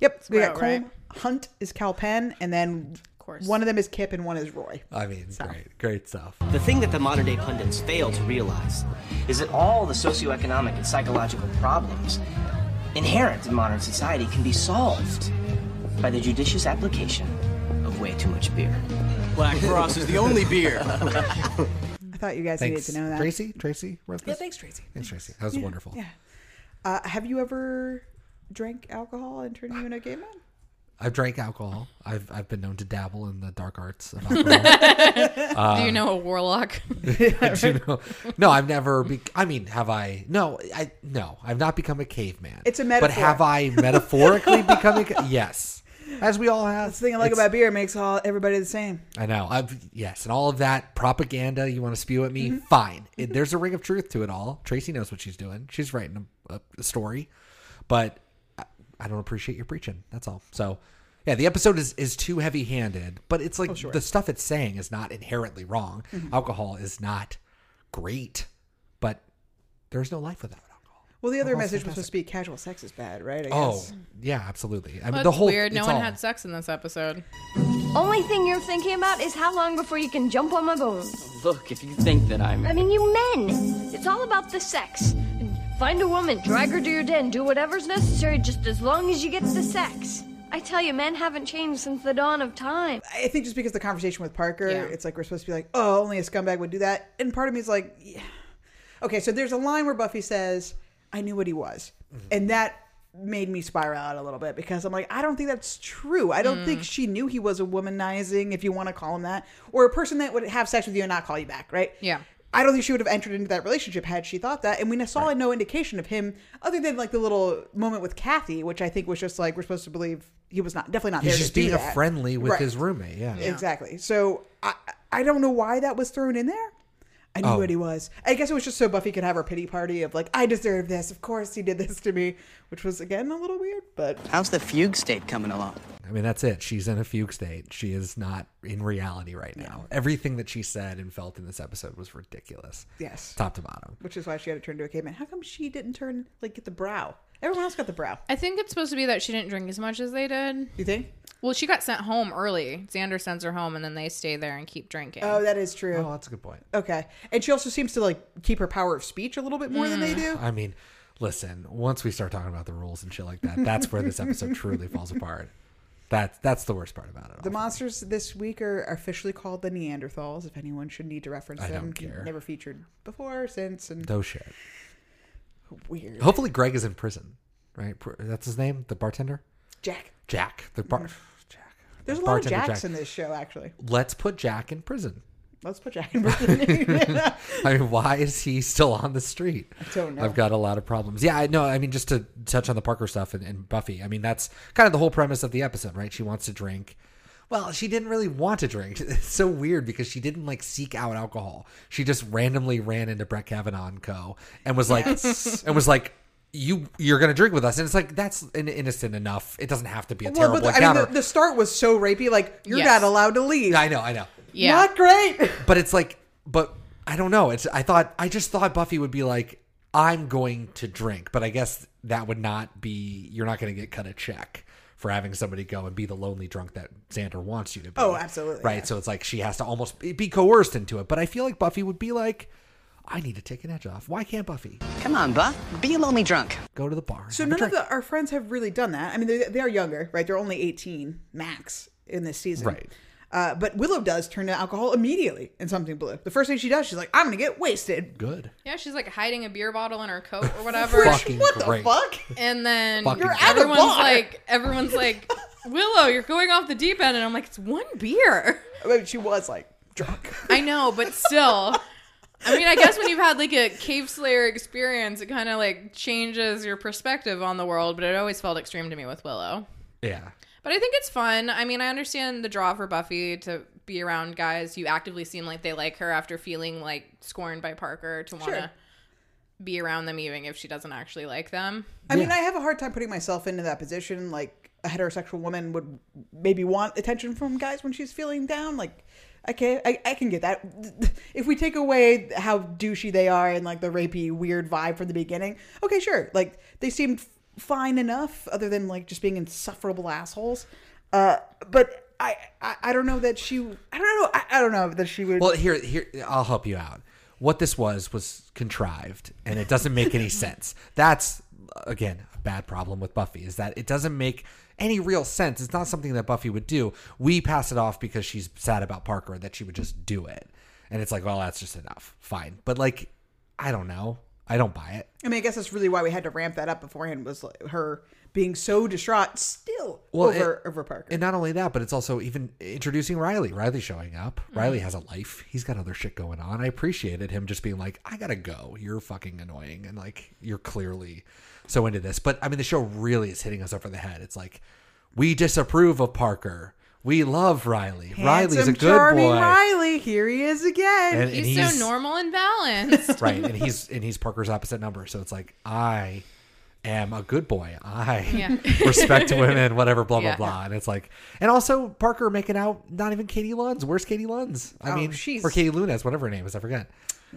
S4: Yep. We got
S5: about
S4: Colm.
S5: right.
S4: Hunt is Cal Penn, and then of course. one of them is Kip and one is Roy.
S6: I mean, great, great stuff.
S15: The thing that the modern day pundits fail to realize is that all the socioeconomic and psychological problems inherent in modern society can be solved by the judicious application of way too much beer.
S19: Black Cross is the only beer.
S4: I thought you guys
S6: Thanks,
S4: needed to know that.
S6: Tracy. Tracy wrote
S4: Yeah,
S6: this?
S4: thanks, Tracy.
S6: Thanks, Tracy. That was
S4: Yeah,
S6: wonderful.
S4: Yeah. Uh, have you ever drank alcohol and turned you into a gay man?
S6: I've drank alcohol. I've I've been known to dabble in the dark
S4: [laughs]
S6: arts of alcohol.
S5: Do you
S6: Um,
S5: know a warlock? [laughs]
S6: I do know- No, I've never. Be- I mean, have I? No, I no. I've not become a caveman.
S4: It's a
S6: But
S4: metaphor.
S6: have I metaphorically become
S4: [laughs]
S6: a? Ca- yes, as we all have.
S4: That's the thing I like
S6: It's-
S4: about beer; it makes all everybody the same.
S6: I know. I've yes, and all of that propaganda you want to spew at me.
S4: Mm-hmm.
S6: Fine. It, there's a ring of truth to it all. Tracy knows what she's doing. She's writing a, a, a story, but I, I don't appreciate your preaching. That's all. So. Yeah, the episode is, is too heavy handed, but it's like
S4: Oh, sure.
S6: the stuff it's saying is not inherently wrong.
S4: Mhm.
S6: Alcohol is not great, but there's no life without it.
S4: Well, the other
S6: Alcohol's
S4: message was supposed to be casual sex is bad, right? I
S6: Oh,
S4: guess.
S6: yeah, absolutely. I mean,
S5: Well,
S6: the
S5: it's
S6: whole
S5: weird. No
S6: it's
S5: one
S6: all-
S5: had sex in this episode.
S18: Only thing you're thinking about is how long before you can jump on my bones.
S10: [laughs] Look, if you think that I'm.
S18: I mean, you men. It's all about the sex. Find a woman, drag her to your den, do whatever's necessary just as long as you get the sex. I tell you, men haven't changed since the dawn of time.
S4: I think just because the conversation with Parker, it's like we're supposed to be like, oh, only a scumbag would do that, and part of me is like, yeah. okay. So there's a line where Buffy says, "I knew what he was,"
S6: Mm-hmm.
S4: and that made me spiral out a little bit because I'm like, I don't think that's true. I don't
S5: Mm.
S4: think she knew he was a womanizing, if you want to call him that, or a person that would have sex with you and not call you back, right?
S5: Yeah.
S4: I don't think she would have entered into that relationship had she thought that. And we saw no indication of him other than like the little moment with Kathy, which I think was just like we're supposed to believe he was not definitely not
S6: He's
S4: there
S6: just
S4: to do
S6: being a
S4: that.
S6: friendly with
S4: Right.
S6: his roommate. Yeah.
S4: Exactly. So I I don't know why that was thrown in there. I knew
S6: Oh.
S4: what he was. I guess it was just so Buffy could have her pity party of like, I deserve this. Of course he did this to me, which was again a little weird, but
S15: How's the fugue state coming along?
S6: I mean, that's it. She's in a fugue state. She is not in reality right now. Everything that she said and felt in this episode was ridiculous.
S4: Yes.
S6: Top to bottom.
S4: which is why she had to turn to a caveman. How come she didn't turn like get the brow? Everyone else got the brow.
S5: I think it's supposed to be that she didn't drink as much as they did.
S4: You think?
S5: Well, she got sent home early. Xander sends her home, and then they stay there and keep drinking.
S4: Oh, that is true.
S6: Oh, that's a good point.
S4: Okay. And she also seems to like keep her power of speech a little bit more
S6: Mm.
S4: than they do.
S6: I mean, listen, once we start talking about the rules and shit like that, that's where
S4: [laughs]
S6: this episode truly falls apart. That's that's the worst part about it.
S4: The monsters this week are officially called the Neanderthals, if anyone should need to reference
S6: I
S4: them.
S6: don't care.
S4: Never featured before, since and
S6: No shit.
S4: weird.
S6: Hopefully, Greg is in prison, right? Pr- That's his name, the bartender?
S4: Jack.
S6: Jack. The bar. Jack.
S4: There's a lot of
S6: Bartender
S4: Jacks
S6: Jack.
S4: in this show, actually.
S6: Let's put Jack in prison.
S4: Let's put Jack in
S6: [laughs]
S4: prison.
S6: I mean, why is he still on the street? I
S4: don't know.
S6: I've got a lot of problems. Yeah, I know. I mean, just to touch on the Parker stuff and, and Buffy, I mean, that's kind of the whole premise of the episode, right? She wants to drink. Well, she didn't really want to drink. [laughs] It's so weird because she didn't like seek out alcohol. She just randomly ran into Brett Kavanaugh and Co. and was like,
S4: Yes.
S6: [laughs] and was like, you you're gonna drink with us, and it's like that's in- innocent enough. It doesn't have to be a
S4: well,
S6: terrible
S4: but the, I mean,
S6: encounter.
S4: the, the start was so rapey. Like you're
S6: Yes.
S4: not allowed to leave.
S6: I know, I know.
S5: Yeah.
S4: Not
S6: [laughs]
S4: great.
S6: but it's like but i don't know it's i thought i just thought buffy would be like i'm going to drink but i guess that would not be you're not going to get cut a check for having somebody go and be the lonely drunk that xander wants you to be
S4: Oh, absolutely,
S6: right
S4: yeah.
S6: so it's like she has to almost be be coerced into it but i feel like buffy would be like i need to take an edge off why can't buffy
S15: Come on, Buff. Be a lonely drunk.
S6: go to the bar
S4: So none of the, our friends have really done that. I mean, they they are younger, right? They're only 18 max in this season,
S6: Right.
S4: Uh, but Willow does turn to alcohol immediately in something blue. The first thing she does, she's like, "I'm gonna get wasted."
S6: Good.
S5: Yeah, she's like hiding a beer bottle in her coat
S6: [laughs]
S5: or
S4: [laughs]
S5: whatever.
S6: Fucking What the great.
S4: fuck?
S5: And then
S6: Fucking You're at a
S5: everyone's [laughs]
S6: bar.
S5: like, everyone's like, Willow, you're going off the deep end, and I'm like, it's one beer.
S4: I mean, she was like drunk.
S5: I know, but still. I mean, I guess when you've had like a cave slayer experience, it kind of like changes your perspective on the world, but it always felt extreme to me with Willow.
S6: Yeah.
S5: But I think it's fun. I mean, I understand the draw for Buffy to be around guys who actively seem like they like her after feeling like scorned by Parker to want to
S4: Sure.
S5: be around them, even if she doesn't actually like them.
S4: I mean, I have a hard time putting myself into that position. Like a heterosexual woman would maybe want attention from guys when she's feeling down. Like I can I, I can get that. [laughs] If we take away how douchey they are and like the rapey weird vibe from the beginning, okay, sure. Like they seemed fine enough, other than like just being insufferable assholes. Uh, but. I, I, I don't know that she I don't know I, I don't know that she would
S6: Well, here, here, I'll help you out. What this was was contrived, and it doesn't make any sense. That's again a bad problem with Buffy is that it doesn't make any real sense. It's not something that Buffy would do. We pass it off because she's sad about Parker that she would just do it, and it's like, well, that's just enough, fine. But like, I don't know. I don't buy it.
S4: I mean I guess that's really why we had to ramp that up beforehand was like, her being so distraught still
S6: Well,
S4: over
S6: it-
S4: over Parker
S6: And not only that, but it's also even introducing Riley. Riley showing up.
S4: Mm-hmm.
S6: Riley has a life. He's got other shit going on. I appreciated him just being like, I gotta go. You're fucking annoying. And like, you're clearly so into this. But I mean, the show really is hitting us over the head. It's like, we disapprove of Parker. We love Riley. Riley's a
S4: Handsome,
S6: good
S4: charming
S6: boy.
S4: Riley, here he is again.
S6: And- and
S5: he's,
S6: he's-
S5: so normal and balanced. [laughs]
S6: right.
S4: [laughs]
S6: And he's and he's Parker's opposite number. So it's like, I am a good boy. I
S5: Yeah.
S6: [laughs] respect women, whatever, blah, blah,
S5: Yeah.
S6: blah. And it's like and also Parker making out not even Katie Lunds. Where's Katie Lunds? I
S4: Oh,
S6: mean
S4: she's-
S6: or Katie Lunas, whatever her name is, I forget.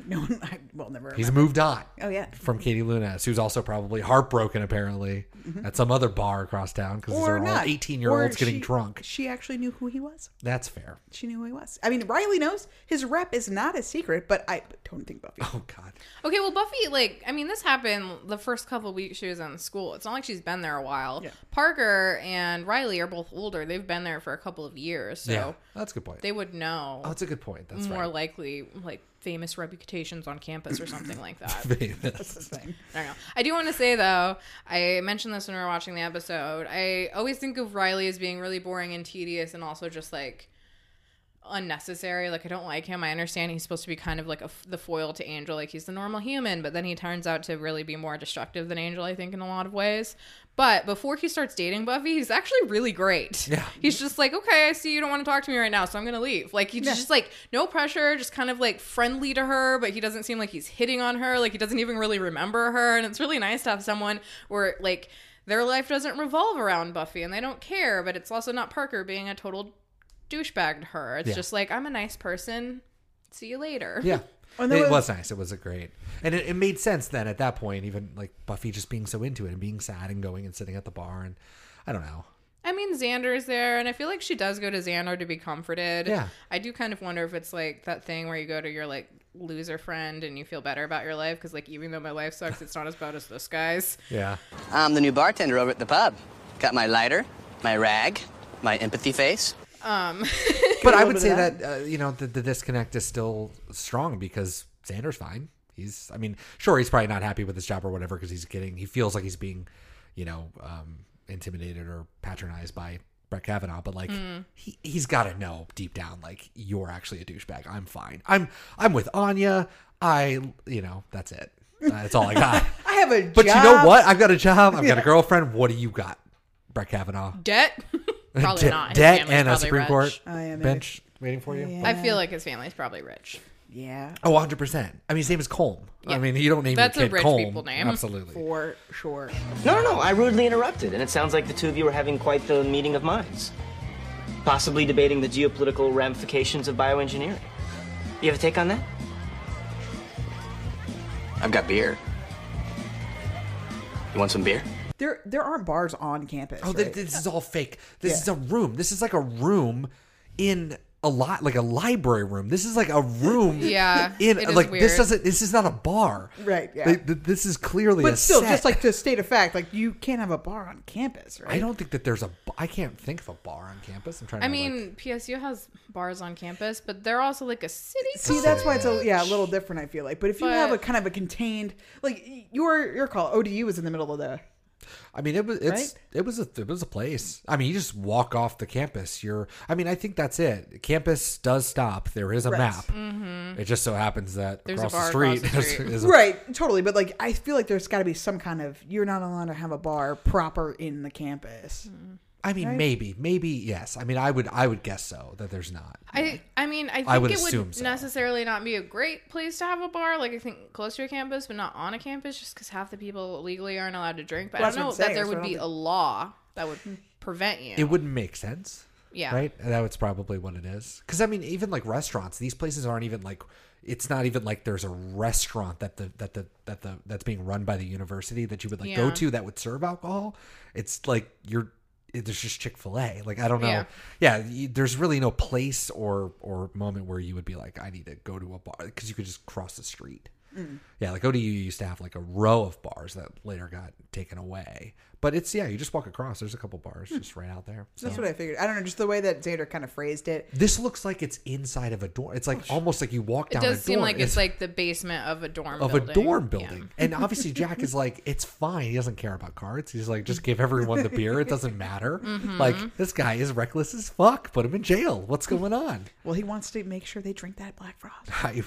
S4: No [laughs] one, I will never.
S6: He's
S4: remember.
S6: moved on.
S4: Oh, yeah.
S6: From Katie Lunas, who's also probably heartbroken apparently
S4: Mhm.
S6: at some other bar across town because these
S4: Or
S6: are all
S4: not.
S6: eighteen year
S4: Or
S6: olds getting
S4: she-
S6: drunk.
S4: She actually knew who he was.
S6: That's fair.
S4: She knew who he was. I mean, Riley knows his rep is not a secret, but I don't think Buffy.
S6: Oh God.
S5: Okay, well, Buffy, like, I mean, this happened the first couple weeks she was in school. It's not like she's been there a while. Parker and Riley are both older. They've been there for a couple of years, so
S6: yeah. That's a good point.
S5: they would know.
S6: Oh, that's a good point. That's
S5: more
S6: right.
S5: likely, like famous reputations on campus or something like
S6: [laughs]
S5: that.
S6: Famous.
S5: I don't know. I do want to say though, I mentioned this when we were watching the episode. I always think of Riley as being really boring and tedious, and also just like unnecessary. Like I don't like him. I understand he's supposed to be kind of like a, the foil to Angel. Like he's the normal human, but then he turns out to really be more destructive than Angel. I think in a lot of ways. But before he starts dating Buffy, he's actually really great.
S6: Yeah.
S5: He's just like, okay, I see you don't want to talk to me right now, so I'm gonna leave. Like he's
S4: Yeah.
S5: just like no pressure, just kind of like friendly to her, but he doesn't seem like he's hitting on her. Like he doesn't even really remember her, and it's really nice to have someone where like their life doesn't revolve around Buffy and they don't care, but it's also not Parker being a total douchebag to her. It's
S6: Yeah.
S5: just like I'm a nice person. See you later.
S6: Yeah.
S4: And
S6: it
S4: there
S6: was nice. It was a great, and it, it made sense then at that point. Even like Buffy just being so into it and being sad and going and sitting at the bar and I don't know.
S5: I mean, Xander's there, and I feel like she does go to Xander to be comforted.
S6: Yeah.
S5: I do kind of wonder if it's like that thing where you go to your like loser friend and you feel better about your life because like even though my life sucks, it's not as bad as this guy's.
S6: Yeah.
S20: I'm the new bartender over at the pub. Got my lighter, my rag, my empathy face.
S5: Um,
S6: But I would say that, uh, you know the, the disconnect is still strong because Xander's fine. He's I mean sure he's probably not happy with his job or whatever because he's getting he feels like he's being you know um, intimidated or patronized by Brett Kavanaugh, but like
S5: Mm.
S6: he he's got to know deep down like you're actually a douchebag. I'm fine. I'm I'm with Anya. I you know that's it. That's all I got.
S4: [laughs] I have a.
S6: But you know
S4: job.
S6: what? I've got a job. I've got
S4: [laughs]
S6: a
S4: Yeah.
S6: girlfriend. What do you got, Brett Kavanaugh?
S5: debt. [laughs] probably
S6: [laughs] De-
S5: not. His
S6: Debt
S5: family's
S6: and a
S5: probably
S6: Supreme
S5: rich.
S6: Court
S4: I am
S6: bench waiting for you.
S5: I feel like his family's probably rich.
S4: Yeah.
S6: Oh, 100 percent. I mean, his name is Colm. I
S5: Yeah.
S6: mean, you don't name
S5: That's
S6: your
S5: a
S6: kid
S5: rich
S6: Colm.
S5: people name.
S6: Absolutely.
S4: For sure.
S15: No, no, no. I rudely interrupted, and it sounds like the two of you are having quite the meeting of minds. Possibly debating the geopolitical ramifications of bioengineering. You have a take on that?
S20: I've got beer. You want some beer?
S4: There there aren't bars on campus.
S6: Oh, th-
S4: right?
S6: this is all fake. This is a room. This is like a room in a lot, like a library room. This is like a room.
S4: Yeah,
S6: In
S4: it is
S6: like this
S4: weird.
S6: doesn't. This is not a bar.
S4: Right, yeah.
S6: They- th- this is clearly. a
S4: but still,
S6: set.
S4: just like to state a fact, like you can't have a bar on campus, right?
S6: I don't think that there's a. b- I can't think of a bar on campus. I'm trying. to
S5: I
S6: like-
S5: mean, PSU has bars on campus, but they're also like a city.
S4: See, that's why it's a yeah a little different. I feel like, but if you have a kind of a contained like y- your your call ODU is in the middle of the
S6: I mean, it was it's it was a it was a place. I mean, you just walk off the campus. You're. I mean, I think that's it. Campus does stop. There is a
S4: Right.
S6: map.
S4: Mhm.
S6: It just so happens that
S4: There's a
S6: across the
S4: bar
S6: street, [laughs]
S4: across the
S6: is- is a-
S4: right, totally. But like, I feel like there's got to be some kind of you're not allowed to have a bar proper in the campus.
S6: I mean,
S4: Right?
S6: maybe, maybe yes. I mean, I would I would guess so that there's not.
S5: I I mean I think
S6: I would
S5: it
S6: assume
S5: would
S6: so.
S5: necessarily not be a great place to have a bar. Like I think close to your campus, but not on a campus, just because half the people legally aren't allowed to drink. But
S4: Well,
S5: I
S4: that's
S5: don't know
S4: what I'm
S5: that
S4: saying,
S5: there
S4: so I
S5: would
S4: don't
S5: be
S4: think-
S5: a law that would prevent you.
S6: It wouldn't make sense.
S5: Yeah.
S6: Right? That was probably what it is. Because I mean, even like restaurants, these places aren't even like it's not even like there's a restaurant that the that the that the that's being run by the university that you would like go
S4: Yeah.
S6: to that would serve alcohol. It's like you're it- there's just Chick Fil A. Like I don't know.
S4: Yeah.
S6: Yeah, you, there's really no place or or moment where you would be like I need to go to a bar because you could just cross the street.
S4: Mm.
S6: Yeah, like ODU used to have like a row of bars that later got taken away. But it's yeah, you just walk across. There's a couple bars
S4: Hmm.
S6: just right out there.
S4: That's
S6: So-
S4: what I figured. I don't know, just the way that Xander kind of phrased it.
S6: This looks like it's inside of a dorm. It's like almost like you walk
S5: Oh, It
S6: down.
S5: does
S6: a
S5: seem
S6: dorm.
S5: like it's like the basement of a dorm
S6: of
S5: building.
S6: a dorm
S5: Yeah.
S6: building, and obviously Jack is like, it's fine. He doesn't care about cards. He's like, just give everyone the beer. It
S5: [laughs]
S6: doesn't matter.
S5: Mm-hmm.
S4: Mhm.
S6: Like this guy is reckless as fuck. Put him in jail. What's going on? [laughs]
S4: Well, he wants to make sure they drink that Black Frost.
S6: I,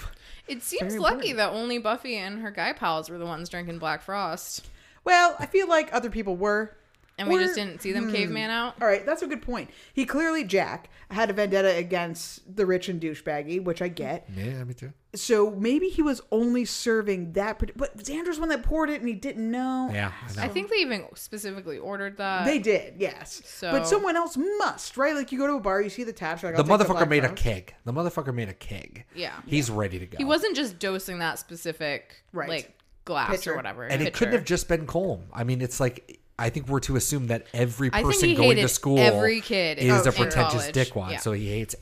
S5: It seems lucky that only Buffy and her guy pals were the ones drinking Black Frost.
S4: Well, I feel like other people were.
S5: And we
S4: were- hmm.
S5: just didn't see them caveman out.
S4: All right, that's a good point. He clearly, Jack, had a vendetta against the rich and douchebaggy, which I get.
S6: yeah, me too.
S4: So maybe he was only serving that. parti- But Xander's one that poured it and he didn't know.
S6: Yeah, I know.
S5: I think they even specifically ordered that.
S4: They did, yes.
S5: So
S4: But someone else must, right? Like you go to a bar, you see the tabs. Like,
S6: the
S4: I'll take
S6: motherfucker
S4: Black
S6: made a
S4: Frost.
S6: keg. The motherfucker made a keg.
S5: Yeah.
S6: He's ready to go.
S5: He wasn't just dosing that specific like glass
S4: Pitcher.
S5: or whatever.
S6: and it
S5: pitcher.
S6: couldn't have just been Colm. I mean, it's like I think we're to assume that every
S5: I think
S6: person
S5: he
S6: going to
S5: hated
S6: school,
S5: every kid in-
S6: is a
S5: in
S6: pretentious
S5: college.
S6: dickwad.
S5: Yeah.
S6: So he hates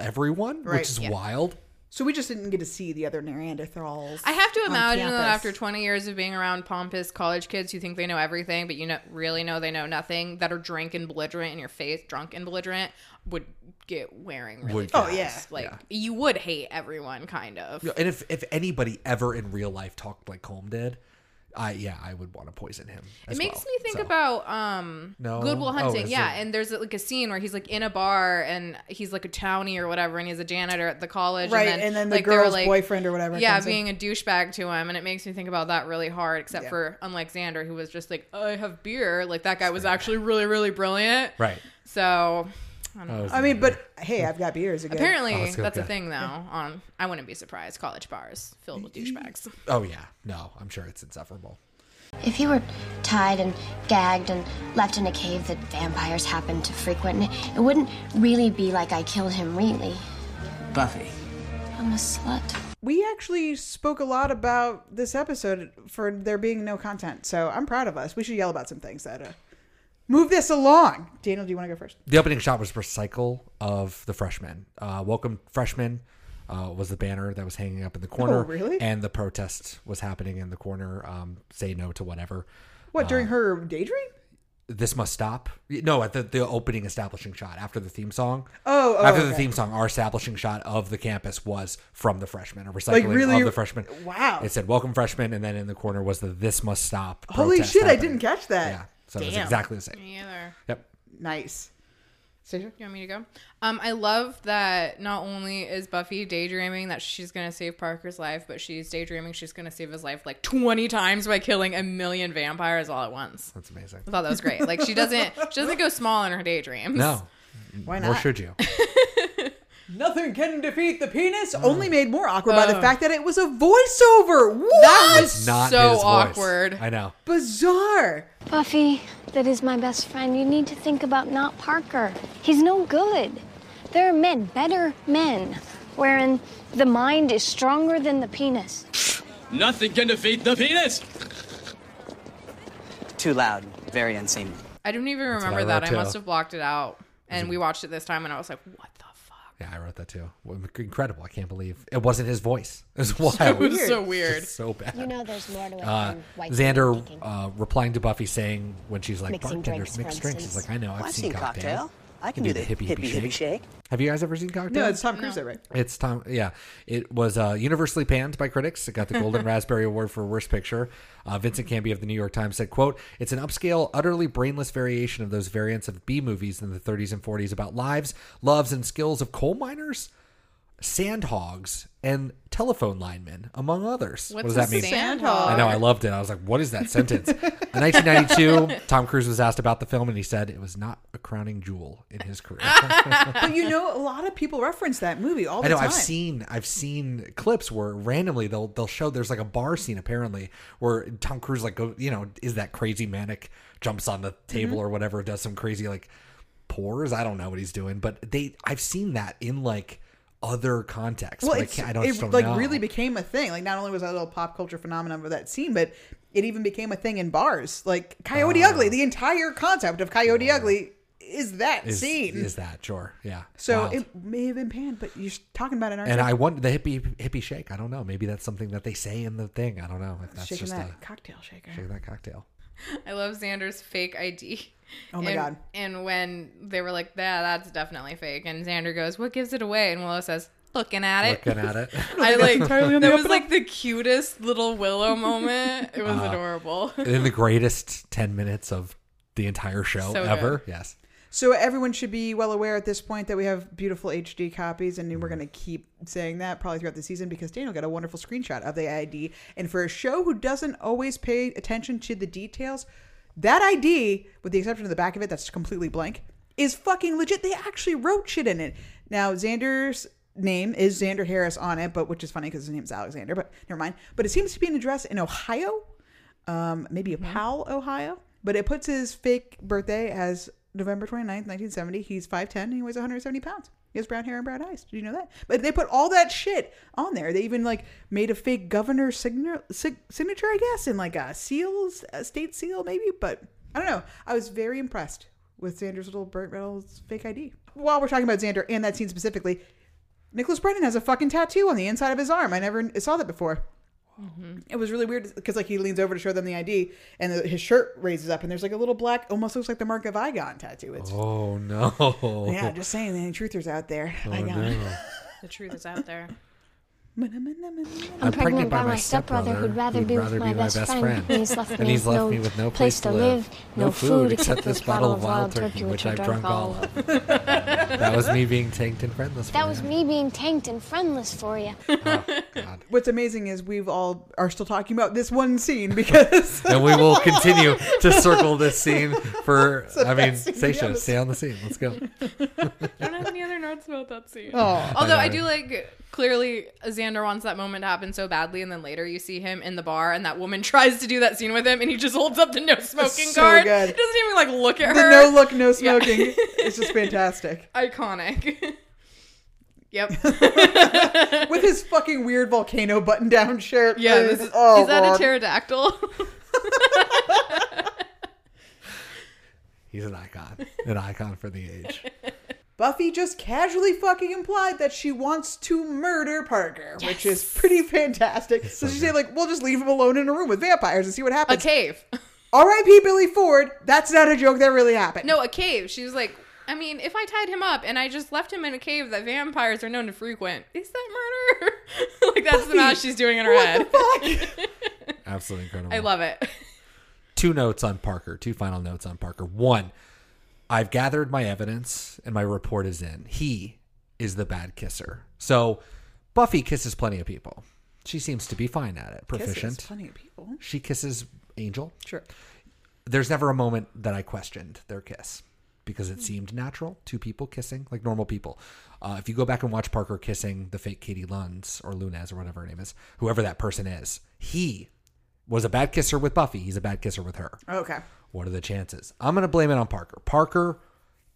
S6: everyone,
S4: Right,
S6: which is
S4: yeah.
S6: wild.
S4: So we just didn't get to see the other Neanderthals.
S5: I have to
S4: on
S5: imagine that
S4: campus.
S5: after 20 years of being around pompous college kids who think they know everything, but you know, really know they know nothing, that are drunk and belligerent in your face, drunk and belligerent, would get wearing really
S6: Would
S5: fast.
S6: get,
S5: Like, you would hate everyone, kind of.
S6: Yeah, And if if anybody ever in real life talked like Colm did, I yeah, I would want to poison him.
S5: It
S6: as
S5: makes
S6: well.
S5: me think
S6: So-
S5: about um
S6: No.
S5: Good Will
S6: Oh,
S5: Hunting.
S6: is
S5: yeah,
S6: it-
S5: and there's like a scene where he's like in a bar and he's like a townie or whatever and he's a janitor at the college
S4: Right,
S5: and then,
S4: and then the
S5: like, they're,
S4: girl's
S5: like-
S4: boyfriend or whatever
S5: Yeah,
S4: comes in.
S5: being a douchebag to him and it makes me think about that really hard except
S4: Yeah.
S5: for unlike Xander who was just like I have beer, like that guy was actually really really brilliant.
S6: Right.
S5: So I don't
S6: Oh,
S5: know.
S4: I mean, but hey, I've got beers again.
S5: Apparently,
S6: Oh, it's good,
S5: that's a
S6: good.
S5: thing, though. On I wouldn't be surprised. College bars filled
S4: [laughs]
S5: with douchebags.
S6: Oh yeah, no, I'm sure it's insufferable.
S11: If you were tied and gagged and left in a cave that vampires happen to frequent, it wouldn't really be like I killed him, really.
S15: Buffy.
S11: I'm a slut.
S4: we actually spoke a lot about this episode for there being no content. So I'm proud of us. We should yell about some things that uh, move this along. Daniel, do you want to go first?
S6: The opening shot was recycle of the freshmen. Uh, welcome freshmen uh, was the banner that was hanging up in the corner.
S4: Oh, really?
S6: And the protest was happening in the corner. Um, say no to whatever.
S4: What
S6: Uh,
S4: during her daydream?
S6: this must stop. No, at the, the opening establishing shot after the theme song.
S4: Oh, oh,
S6: after the
S4: okay.
S6: theme song, our establishing shot of the campus was from the freshmen, a recycling
S4: Like, really-
S6: of the freshmen.
S4: Wow.
S6: It said "Welcome freshmen," and then in the corner was the "This must stop."
S4: Holy
S6: protest
S4: shit! I
S6: happening.
S4: didn't catch that.
S6: Yeah, so it was exactly the same.
S5: Me either.
S6: Yep.
S4: Nice. Stacia?
S5: You want me to go? Um, I love that not only is Buffy daydreaming that she's going to save Parker's life, but she's daydreaming she's going to save his life like 20 times by killing a million vampires all at once.
S6: That's amazing.
S5: I thought that was great. Like she doesn't she doesn't go small in her daydreams.
S6: No.
S4: Why
S6: Or
S4: not?
S6: should you?
S4: Nothing can defeat the penis. Only made more awkward by the
S5: Oh.
S4: fact that it was a voiceover. What?
S5: That
S4: was
S6: Not
S5: So
S6: his voice.
S5: awkward.
S6: I know.
S4: bizarre.
S12: Buffy, that is my best friend. You need to think about not Parker. He's no good. There are men, better men, wherein the mind is stronger than the penis.
S19: Nothing can defeat the penis.
S15: Too loud. Very unseemly.
S5: I don't even
S15: what I
S5: remember
S15: wrote,
S5: that. I
S15: too.
S5: must have blocked it out. And we watched it this time and I was like, "What the
S6: Yeah, I wrote that too. Well, Incredible. I can't believe it wasn't his voice. [laughs] It was
S5: [laughs]
S6: wild.
S5: It was so
S6: It's
S5: weird.
S6: just So bad.
S11: You know there's more to it
S6: Uh,
S11: than white people
S6: Xander
S11: thinking.
S6: uh, replying to Buffy saying when she's like
S11: Mixing
S6: bartenders
S11: drinks,
S6: mixed
S11: for
S6: drinks. He's
S11: instance.
S6: like, I know, I've,
S11: Well, I've
S6: seen,
S11: seen
S6: cocktail.
S11: cocktail.
S20: I can
S6: You
S20: do
S6: do
S20: the
S6: the hippie,
S20: hippie,
S6: hippie
S20: hippie,
S6: shake.
S20: shake.
S6: Have you guys ever seen Cocktail?
S4: No, it's Tom Cruise, though, right?
S6: It's Tom. Yeah, it was uh, universally panned by critics. It got the
S5: [laughs]
S6: Golden Raspberry Award for Worst Picture. Uh, Vincent Canby of the New York Times said, "quote It's an upscale, utterly brainless variation of those variants of B movies in the 30s and 40s about lives, loves, and skills of coal miners, sand hogs, and telephone linemen, among others."
S5: What's
S6: what does
S5: a
S6: that mean?
S5: sand hog?
S6: I know. I loved it. I was like, "What is
S5: [laughs]
S6: that sentence?" in 1992, Tom Cruise was asked about the film, and he said it was not a crowning jewel in
S5: [laughs]
S6: his career.
S4: but you know, a lot of people reference that movie all the
S6: I know
S4: time.
S6: I've seen I've seen clips where randomly they'll they'll show there's like a bar scene apparently where Tom Cruise like go you know is that crazy manic jumps on the table
S4: Mhm.
S6: or whatever does some crazy like pores I don't know what he's doing but they I've seen that in like other contexts
S4: Well,
S6: but I,
S4: it's,
S6: can't, I don't, just
S4: it
S6: don't
S4: like
S6: know.
S4: really became a thing. Like, not only was that a little pop culture phenomenon with that scene, but it even became a thing in bars. Like Coyote
S6: Oh.
S4: Ugly, the entire concept of Coyote Ugly is that
S6: is,
S4: scene.
S6: is that sure yeah
S4: so
S6: Wild.
S4: it may have been panned, but you're talking about it. Aren't
S6: and
S4: you?
S6: I wonder the hippie hippie shake I don't know maybe that's something that they say in the thing I don't know if that's
S4: shaking
S6: just
S4: that
S6: a
S4: cocktail shaker.
S6: shaking that cocktail
S5: I love Xander's fake ID.
S4: Oh my
S5: and,
S4: God.
S5: And when they were like, "Yeah, that's definitely fake," and Xander goes, "What gives it away?" and Willow says, "Looking at it."
S6: looking at it [laughs]
S5: I like [laughs]
S4: entirely on
S5: that
S4: the
S5: was like the cutest little Willow moment. It was
S6: Uh,
S5: adorable.
S6: in the greatest 10 minutes of the entire show
S5: So
S6: ever.
S5: good.
S6: Yes.
S4: So everyone should be well aware at this point that we have beautiful HD copies, and we're going to keep saying that probably throughout the season because Daniel got a wonderful screenshot of the ID. And for a show who doesn't always pay attention to the details, that ID, with the exception of the back of it that's completely blank, is fucking legit. They actually wrote shit in it. Now Xander's name is Xander Harris on it, but which is funny because his name's Alexander. But never mind. But it seems to be an address in Ohio um, maybe a Powell, Ohio. But it puts his fake birthday as November 29th, 1970. He's 5'10 and he weighs 170 pounds. He has brown hair and brown eyes. Did you know that? But they put all that shit on there. They even like made a fake governor signature, sig- signature I guess, and like a seals, a state seal maybe. But I don't know. I was very impressed with Xander's little Burt Reynolds fake ID. While we're talking about Xander and that scene specifically, Nicholas Brennan has a fucking tattoo on the inside of his arm. I never saw that before.
S5: Mm-hmm.
S4: It was really weird because like he leans over to show them the ID, and the, his shirt raises up, and there's like a little black, almost looks like the mark of Igon tattoo. It's
S6: Oh, no.
S4: yeah, just saying, the truthers out there.
S6: Oh,
S4: Igon.
S6: no.
S5: The truth is out there.
S6: I'm pregnant, by, my stepbrother
S12: who'd rather be with my best friend. And he's left
S6: And
S12: me
S6: he's
S12: with
S6: left
S12: no
S6: me with no place to live, no food except this bottle of wild turkey, which I've drunk all of. That was me being tanked and friendless.
S12: That
S6: for
S12: was
S6: you.
S12: me being tanked and friendless for you.
S6: Oh,
S4: What's amazing is we've all are still talking about this one scene
S5: [laughs]
S4: because
S6: And we will continue to circle this scene for,
S4: So
S6: I mean,
S4: that's the
S6: Seisha,
S4: other-
S6: stay on the scene. Let's go.
S5: I don't have any other notes about that scene.
S6: Oh.
S5: Although
S6: I
S5: I,
S6: got it.
S5: do like clearly Xander wants that moment to happen so badly, and then later you see him in the bar, and that woman [laughs] tries to do that scene with him, and he just holds up the no smoking
S4: so
S5: card.
S4: good.
S5: He doesn't even like look
S4: the
S5: at her. [laughs]
S4: no look, no
S5: Yeah.
S4: smoking.
S5: [laughs]
S4: It's just fantastic
S5: Iconic. [laughs] yep.
S4: with his fucking weird volcano button down shirt.
S5: Yeah.
S4: thing.
S5: This is,
S4: Oh,
S5: is that
S4: Lord.
S5: a pterodactyl? [laughs]
S6: He's an icon, an icon for the age.
S4: Buffy just casually fucking implied that she wants to murder Parker, which is pretty fantastic. So, she said, like, we'll just leave him alone in a room with vampires and see what happens. A
S5: cave.
S4: R.I.P. Billy Ford. That's not a joke. That really happened.
S5: no, a cave. She was like, I mean, if I tied him up and I just left him in a cave that vampires are known to frequent, is that murder? [laughs] like that's the math she's doing in her head.
S6: Absolutely incredible.
S5: I love it.
S6: two notes on Parker, two final notes on Parker. One, I've gathered my evidence and my report is in. He is the bad kisser. So Buffy kisses plenty of people. She seems to be fine at it, proficient.
S4: Kisses plenty of people.
S6: She kisses Angel.
S4: Sure.
S6: There's never a moment that I questioned their kiss because it seemed natural. Two people kissing like normal people. Uh, if you go back and watch Parker kissing the fake Katie Lunds or Lunez or whatever her name is, whoever that person is, he was a bad kisser with Buffy. He's a bad kisser with her.
S4: Okay.
S6: What are the chances? I'm going to blame it on Parker. Parker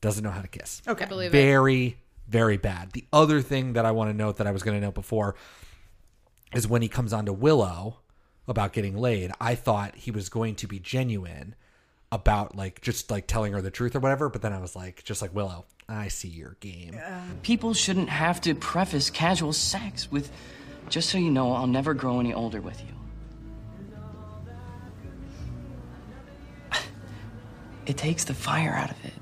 S6: doesn't know how to kiss.
S4: Okay. I believe it.
S6: very, very bad. The other thing that I want to note that I was going to note before is when he comes on to Willow about getting laid, I thought he was going to be genuine about like just like telling her the truth or whatever. But then I was like, just like Willow, I see your game.
S15: People shouldn't have to preface casual sex with, just so you know, I'll never grow any older with you. [sighs] It takes the fire out of it.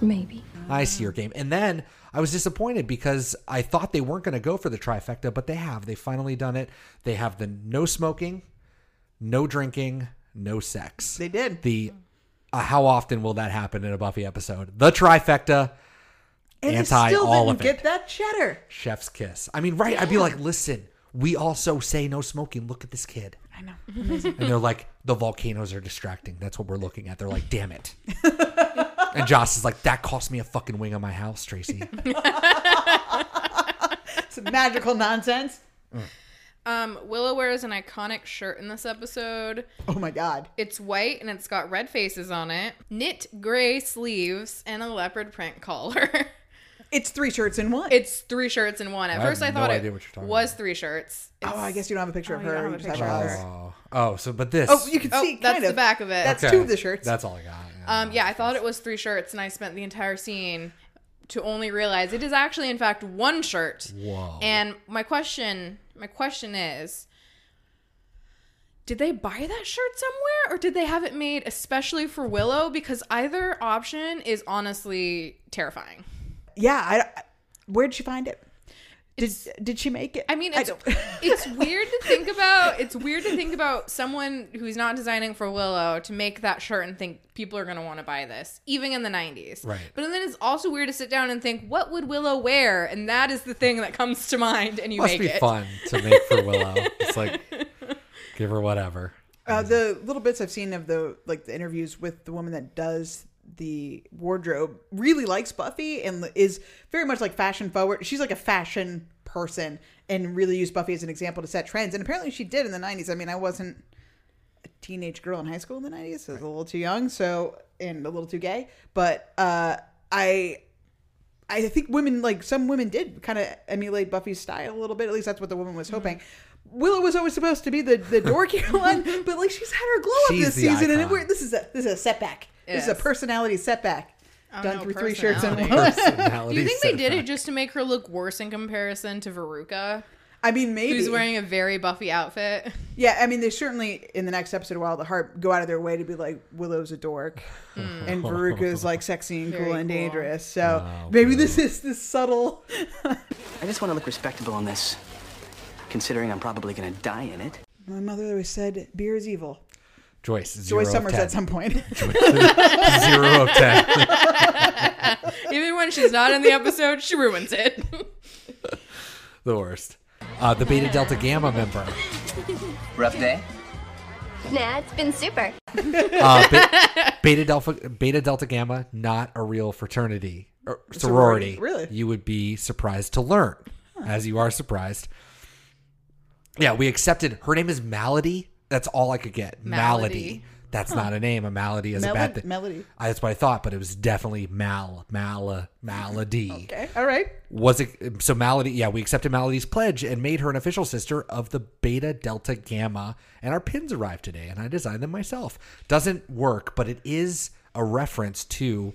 S18: Maybe.
S6: I see your game. And then I was disappointed because I thought they weren't going to go for the trifecta, but they have. They finally done it. They have the no smoking, no drinking, no sex. They
S4: did.
S6: The uh, how often will that happen in a Buffy episode? The trifecta.
S4: And it
S6: anti
S4: still
S6: all
S4: didn't
S6: of it.
S4: get that cheddar.
S6: Chef's kiss. I mean, right? I'd be
S4: Yeah.
S6: like, listen, we also say no smoking. Look at this kid.
S4: I know.
S6: And they're like, the volcanoes are distracting. That's what we're looking at. They're like, damn it. [laughs] and Joss is like, that cost me a fucking wing on my
S5: [laughs]
S6: house, Tracy.
S4: Some magical [laughs] nonsense.
S5: Um, Willow wears an iconic shirt in this episode.
S4: Oh my god.
S5: It's white and it's got red faces on it, knit gray sleeves, and a leopard print collar. [laughs]
S4: It's three shirts in one.
S5: It's three shirts in one. At
S6: I have
S5: first, I
S6: no
S5: thought
S6: idea
S5: it
S6: what you're talking
S5: was three shirts.
S4: Oh, I guess you don't have a picture of
S5: you don't
S4: her.
S5: have
S4: You
S5: a
S4: just have
S5: picture
S4: her.
S6: oh. oh, so, but this.
S4: Oh, you can
S5: Oh,
S4: see.
S5: that's
S4: kind
S5: the
S4: of.
S5: back of it.
S4: That's
S6: Okay.
S4: two of the shirts.
S6: That's all I got.
S5: Um, yeah, I thought it was three shirts, and I spent the entire scene to only realize it is actually, in fact, one shirt.
S6: Whoa.
S5: And my question, my question is, did they buy that shirt somewhere, or did they have it made especially for Willow? Because either option is honestly terrifying.
S4: Yeah. I, I- where'd she find it? Did Did she make it?
S5: I mean,
S4: I
S5: it's,
S4: [laughs]
S5: it's weird to think about. It's weird to think about someone who's not designing for Willow to make that shirt and think people are going to want to buy this, even in the 90s.
S6: Right.
S5: But then it's also weird to sit down and think, what would Willow wear? And that is the thing that comes to mind, and you
S6: Must
S5: make
S6: be
S5: it.
S6: fun to make for Willow.
S5: [laughs]
S6: it's like, give her whatever.
S4: Uh, the little bits I've seen of the like the interviews with the woman that does the wardrobe really likes Buffy and is very much like fashion forward. She's like a fashion person and really used Buffy as an example to set trends. And apparently she did in the '90s. I mean, I wasn't a teenage girl in high school in the '90s. I was a little too young, so and a little too gay. But uh, I I think women like some women did kind of emulate Buffy's style a little bit. At least that's what the woman was hoping.
S6: Mm-hmm.
S4: Willow was always supposed to be the the
S6: [laughs]
S4: dorky one, but like she's had her glow up
S6: She's
S4: this
S6: the
S4: season, and it,
S6: icon.
S4: we're, this is a this is a setback. This is
S5: Yes.
S4: a personality setback.
S5: Oh,
S4: Done
S5: no,
S4: through three shirts and
S5: personality.
S4: one.
S5: [laughs] Do you think they did it just to make her look worse in comparison to Veruca?
S4: I mean, maybe
S5: Who's wearing a very Buffy outfit? [laughs]
S4: Yeah, I mean, they certainly in the next episode, Wild at Heart, go out of their way to be like Willow's a dork,
S6: Hmm.
S4: and Veruca's like sexy and
S15: Very
S4: cool and
S15: cool.
S4: dangerous. So
S6: Oh,
S4: maybe this is this subtle. [laughs]
S15: I just want to look respectable in this, considering I'm probably going to die in it.
S4: My mother always said beer is evil.
S6: Joyce.
S4: Joy
S6: Zero
S4: Summers
S6: of 10.
S4: at some point.
S6: [laughs] zero of 10.
S5: Even when she's not in the episode, she ruins it.
S6: [laughs] the worst. Uh, the Beta Delta Gamma member.
S15: Rough day?
S11: Nah, it's been super.
S6: Uh,
S4: [laughs]
S6: Be- Beta Delta Beta Delta Gamma, not a real fraternity or sorority.
S4: Sorority, really?
S6: You would be surprised to learn, as you are surprised. Yeah, we accepted. Her name is Malady. That's all I could get. Malady.
S4: Malady.
S6: That's
S4: Huh.
S6: not a name. A malady is
S4: Mel-
S6: a bad thing.
S4: Melody.
S6: I- that's what I thought, but it was definitely mal, mal, malady.
S4: Okay, all right.
S6: Was it so? Malady, yeah, we accepted Malady's pledge and made her an official sister of the Beta Delta Gamma. And our pins arrived today, and I designed them myself. Doesn't work, but it is a reference to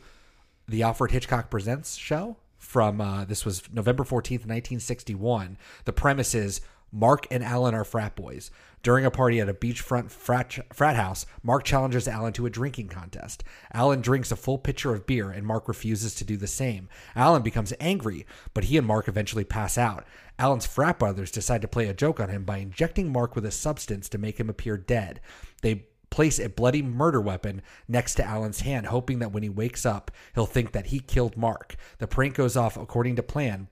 S6: the Alfred Hitchcock Presents show from uh, this was November 14th, 1961. The premise is Mark and Alan are frat boys. During a party at a beachfront frat, frat house, Mark challenges Alan to a drinking contest. Alan drinks a full pitcher of beer, and Mark refuses to do the same. Alan becomes angry, but he and Mark eventually pass out. Alan's frat brothers decide to play a joke on him by injecting Mark with a substance to make him appear dead. They place a bloody murder weapon next to Alan's hand, hoping that when he wakes up, he'll think that he killed Mark. The prank goes off according to plan.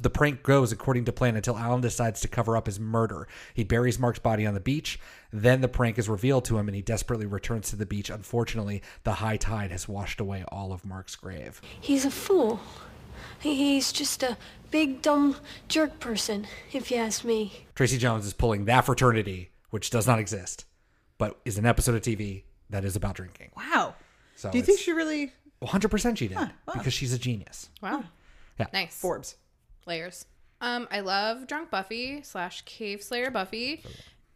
S6: The prank goes according to plan until Alan decides to cover up his murder. He buries Mark's body on the beach. Then the prank is revealed to him and he desperately returns to the beach. Unfortunately, the high tide has washed away all of Mark's grave.
S12: He's a fool. He's just a big, dumb jerk person, if you ask me.
S6: Tracy Jones is pulling that fraternity, which does not exist, but is an episode of TV that is about drinking.
S4: Wow.
S6: So
S4: Do you think she really?
S6: 100% she did
S4: wow.
S6: because she's a genius.
S5: Wow.
S6: Yeah.
S5: [laughs] Nice.
S4: Forbes.
S5: Layers. Um, I love drunk Buffy slash cave slayer Buffy.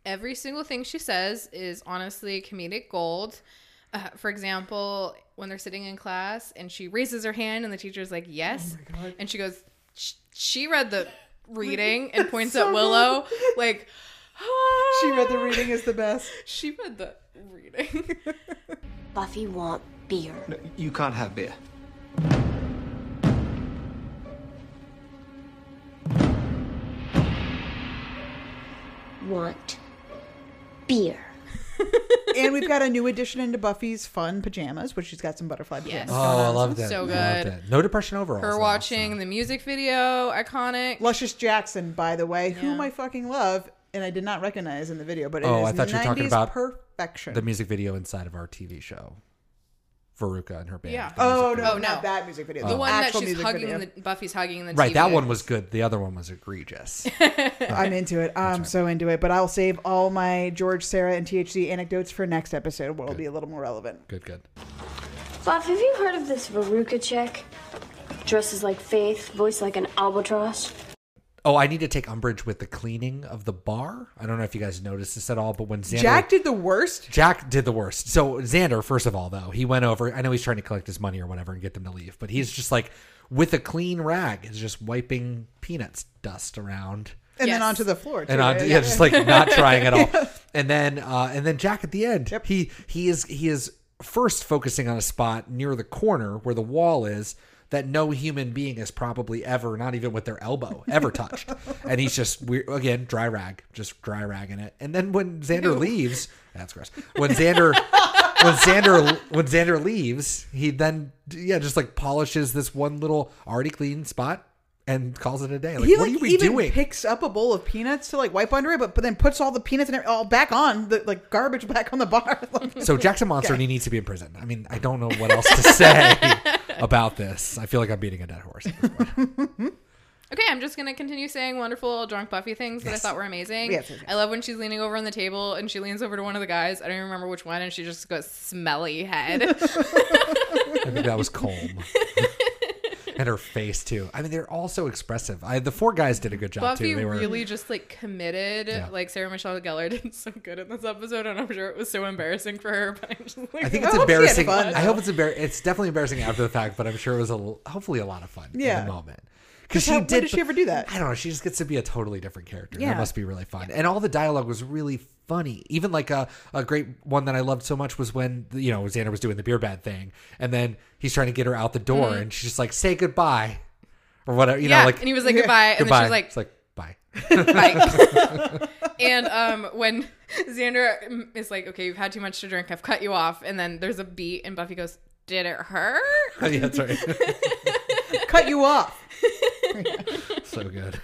S5: Every single thing she says is honestly comedic gold. Uh, for example, when they're sitting in class and she raises her hand and the teacher's like, yes.
S4: Oh
S5: And she goes, "Sh- she
S4: [laughs]
S5: read the reading and points
S4: so
S5: at Willow like,
S4: She read the reading is the best.
S5: [laughs] she
S4: [laughs]
S5: read the reading.
S11: Buffy want beer.
S21: You can't have beer.
S11: Want beer.
S4: and we've got a new addition into Buffy's fun pajamas, which she's got some butterfly pajamas.
S6: Oh, I love that.
S5: So
S6: I love
S5: good.
S6: that. No depression overall.
S5: Her watching the music video, iconic.
S4: Luscious Jackson, by the way, whom I fucking love, and I did not recognize in the video, but it is
S6: oh, I thought you were talking
S4: 90s
S6: about
S4: perfection.
S6: The music video inside of our TV show, Veruca and her band.
S5: Yeah.
S6: The music
S4: Oh, no,
S6: video.
S5: Oh no,
S4: not that music video.
S5: The
S4: The
S5: one that
S4: actual
S5: she's
S4: music
S5: hugging
S4: video. [laughs]
S5: the Buffy's hugging the
S6: Right, that
S5: TV.
S6: one was good. The other one
S4: [laughs]
S6: was egregious.
S4: I'm into it. I'm so into it. But I'll save all my George, Sarah, and THC anecdotes for next episode, where it'll be a little more relevant.
S6: Good, good.
S7: Fluff, have you heard of this Veruca chick? Dresses like Faith, voice like an albatross.
S6: Oh, I need to take umbrage with the cleaning of the bar. I don't know if you guys noticed this at all, but when Xander
S4: Jack did the worst.
S6: Jack did the worst. So Xander, first of all, though, he went over. I know he's trying to collect his money or whatever and get them to leave, but he's just like with a clean rag, is just wiping peanuts dust around.
S4: And then onto the floor.
S6: and
S4: too,
S6: on,
S4: right?
S6: yeah, just like not trying
S4: [laughs]
S6: at all. And then uh, and then Jack at the end, he he is he is first focusing on a spot near the corner where the wall is that no human being has probably ever, not even with their elbow, ever touched.
S4: [laughs]
S6: and he's just weird again, dry rag, just dry ragging it. And then when Xander leaves, that's gross. When Xander. When Xander when Xander leaves, he then yeah just like polishes this one little already clean spot and calls it a day. Like,
S4: he
S6: what
S4: like
S6: are we
S4: even
S6: doing?
S4: picks up a bowl of peanuts to like wipe under it, but, but then puts all the peanuts and every- all back on the like garbage back on the bar. [laughs] Like-
S6: So Jack's
S5: [laughs]
S6: a monster and he needs to be in prison. I mean, I don't know what else to say about this. I feel like I'm beating a dead horse.
S5: Okay, I'm just gonna continue saying wonderful drunk Buffy things that I thought were amazing.
S6: Yes, yes, yes.
S5: I love when she's leaning over on the table and she leans over to one of the guys. I don't even remember which one, and she just goes smelly
S6: [laughs]
S5: head.
S6: I think that
S5: [laughs]
S6: was Colm. and her face too. I mean, they're all so expressive. I the four guys did a good job
S5: Buffy
S6: too. They were
S5: really just like committed.
S6: Yeah.
S5: Like Sarah Michelle Gellar did so good in this episode, and I'm sure it was so embarrassing for her. But I'm just like,
S6: I think it's
S5: hope she had
S6: embarrassing.
S5: fun.
S6: I hope it's embarrassing. It's definitely embarrassing after the fact, but I'm sure it was a l- hopefully a lot of fun
S4: Yeah.
S6: in the moment. Because
S4: how- when did she ever do that?
S6: I don't know. She just gets to be a totally different character.
S4: Yeah.
S6: That must be really fun. And all the dialogue was really funny. Even like a, a great one that I loved so much was when, you know, Xander was doing the beer bad thing. And then he's trying to get her out the door
S5: Mhm.
S6: and she's just like, say goodbye or whatever. You know,
S5: Yeah,
S6: like,
S5: and he
S6: [laughs]
S5: was like, "Goodbye," and then she was like-
S6: it's like, bye. [laughs]
S5: Bye. [laughs] and um, when Xander mm, is like, "Okay, you've had too much to drink. I've cut you off," and then there's a beat, and Buffy goes, "Did it hurt?"
S6: yeah, that's right.
S4: Cut you off.
S6: so good.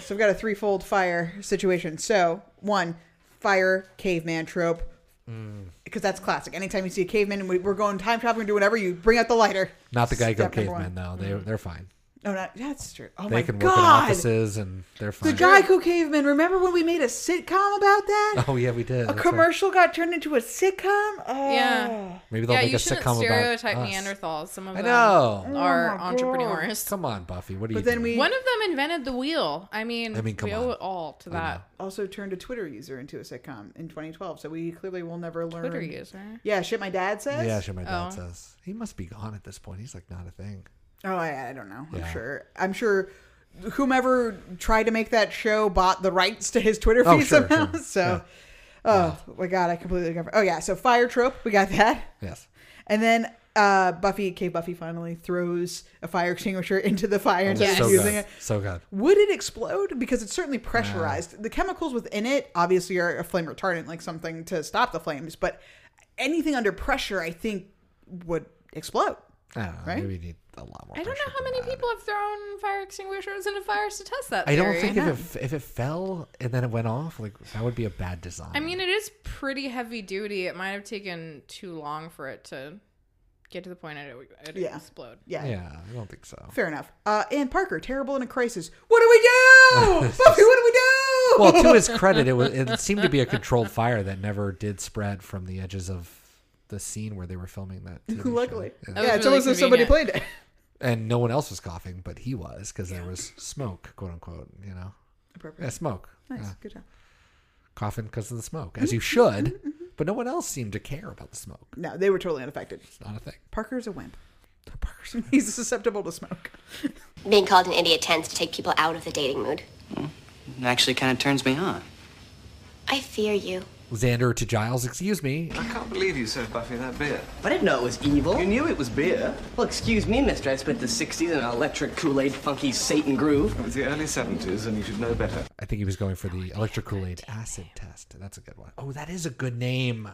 S4: So we've got a threefold fire situation. So one, fire caveman trope.
S6: Mm.
S4: Because that's classic. Anytime you see a caveman and we, we're going time traveling, do whatever, you bring out the lighter.
S6: Not the Geico
S4: Step number
S6: cavemen, though. They, they're fine.
S4: No, not, that's true. Oh my
S6: they can work in
S4: god,
S6: offices and they're
S4: the
S6: fine.
S4: Geico caveman. Remember when we made a sitcom about that?
S6: [laughs] Oh yeah, we did.
S4: A
S6: That's right.
S4: commercial got turned into a sitcom. Oh.
S5: Yeah.
S6: Maybe they'll
S5: yeah,
S6: make
S5: you
S6: a
S5: shouldn't
S6: sitcom about
S5: stereotype
S6: us.
S5: Neanderthals. Some of
S6: I
S5: them
S6: know.
S5: are
S6: Oh my
S5: entrepreneurs.
S6: Come on, Buffy. What are you? doing?
S5: one of them invented the wheel. I mean,
S6: I mean, come
S5: we owe
S6: on.
S5: it all to that.
S4: Also turned a Twitter user into a sitcom in 2012. So we clearly will never learn.
S5: Twitter user?
S4: Yeah, shit. My dad says.
S6: Yeah, shit. My dad
S5: Oh.
S6: says he must be gone at this point. He's like not a thing.
S4: Oh, I, I don't know.
S6: Yeah.
S4: I'm sure. I'm sure. Whomever tried to make that show bought the rights to his Twitter feed
S6: Oh, sure,
S4: somehow. [laughs]
S6: sure.
S4: So, oh my god, I completely got. Oh yeah, so fire trope, we got that,
S6: Yes.
S4: and then uh, Buffy, K. Buffy finally throws a fire extinguisher into the fire
S6: Oh,
S4: instead
S6: So
S4: of using
S6: good.
S4: it.
S6: So good.
S4: Would it explode? Because it's certainly pressurized. The chemicals within it obviously are a flame retardant, like something to stop the flames. But anything under pressure, I think, would explode.
S6: I don't know.
S4: Right?
S6: Maybe we need a lot more.
S5: I don't know how many people have thrown fire extinguishers into fires to test that.
S6: I don't
S5: theory.
S6: think if it, if it fell and then it went off, like that would be a bad design.
S5: I mean, it is pretty heavy duty. It might have taken too long for it to get to the point that it would it'd
S4: Yeah.
S5: explode.
S4: Yeah.
S6: yeah, I don't think so.
S4: Fair enough. Uh, and Parker, terrible in a crisis. What do
S6: [laughs]
S4: we do? Buffy, what do we do?
S6: Well, to his credit, it was it seemed to be a controlled fire that never did spread from the edges of the scene where they were filming that. TV
S4: [laughs]
S6: show.
S4: Luckily.
S6: Yeah.
S4: Yeah, it's almost as if somebody played it.
S6: and no one else was coughing, but he was because there was smoke, quote unquote. You know,
S4: Appropriate.
S6: Yeah, smoke.
S4: Nice.
S6: [laughs] Yeah.
S4: Good job.
S6: Coughing because of the smoke, as
S4: [laughs]
S6: you should.
S4: Mm-hmm.
S6: but no one else seemed to care about the smoke.
S4: No, they were totally unaffected.
S6: It's not a thing.
S4: Parker's a wimp. Parker's [laughs] He's susceptible to smoke.
S11: Being called an idiot tends to take
S15: Hmm.
S11: people out of the dating mood.
S15: It actually kind of turns me on.
S11: I fear you.
S6: Xander to Giles, excuse me.
S15: I can't believe you served Buffy that beer.
S20: I didn't know it was evil. You
S15: knew it was beer.
S20: Well, excuse me, mister. I spent the 60s in an electric Kool-Aid funky Satan groove.
S15: It was the early 70s, and you should know better.
S6: I think he was going for the electric Kool Aid acid test. That's a good one. Oh, that is a good name.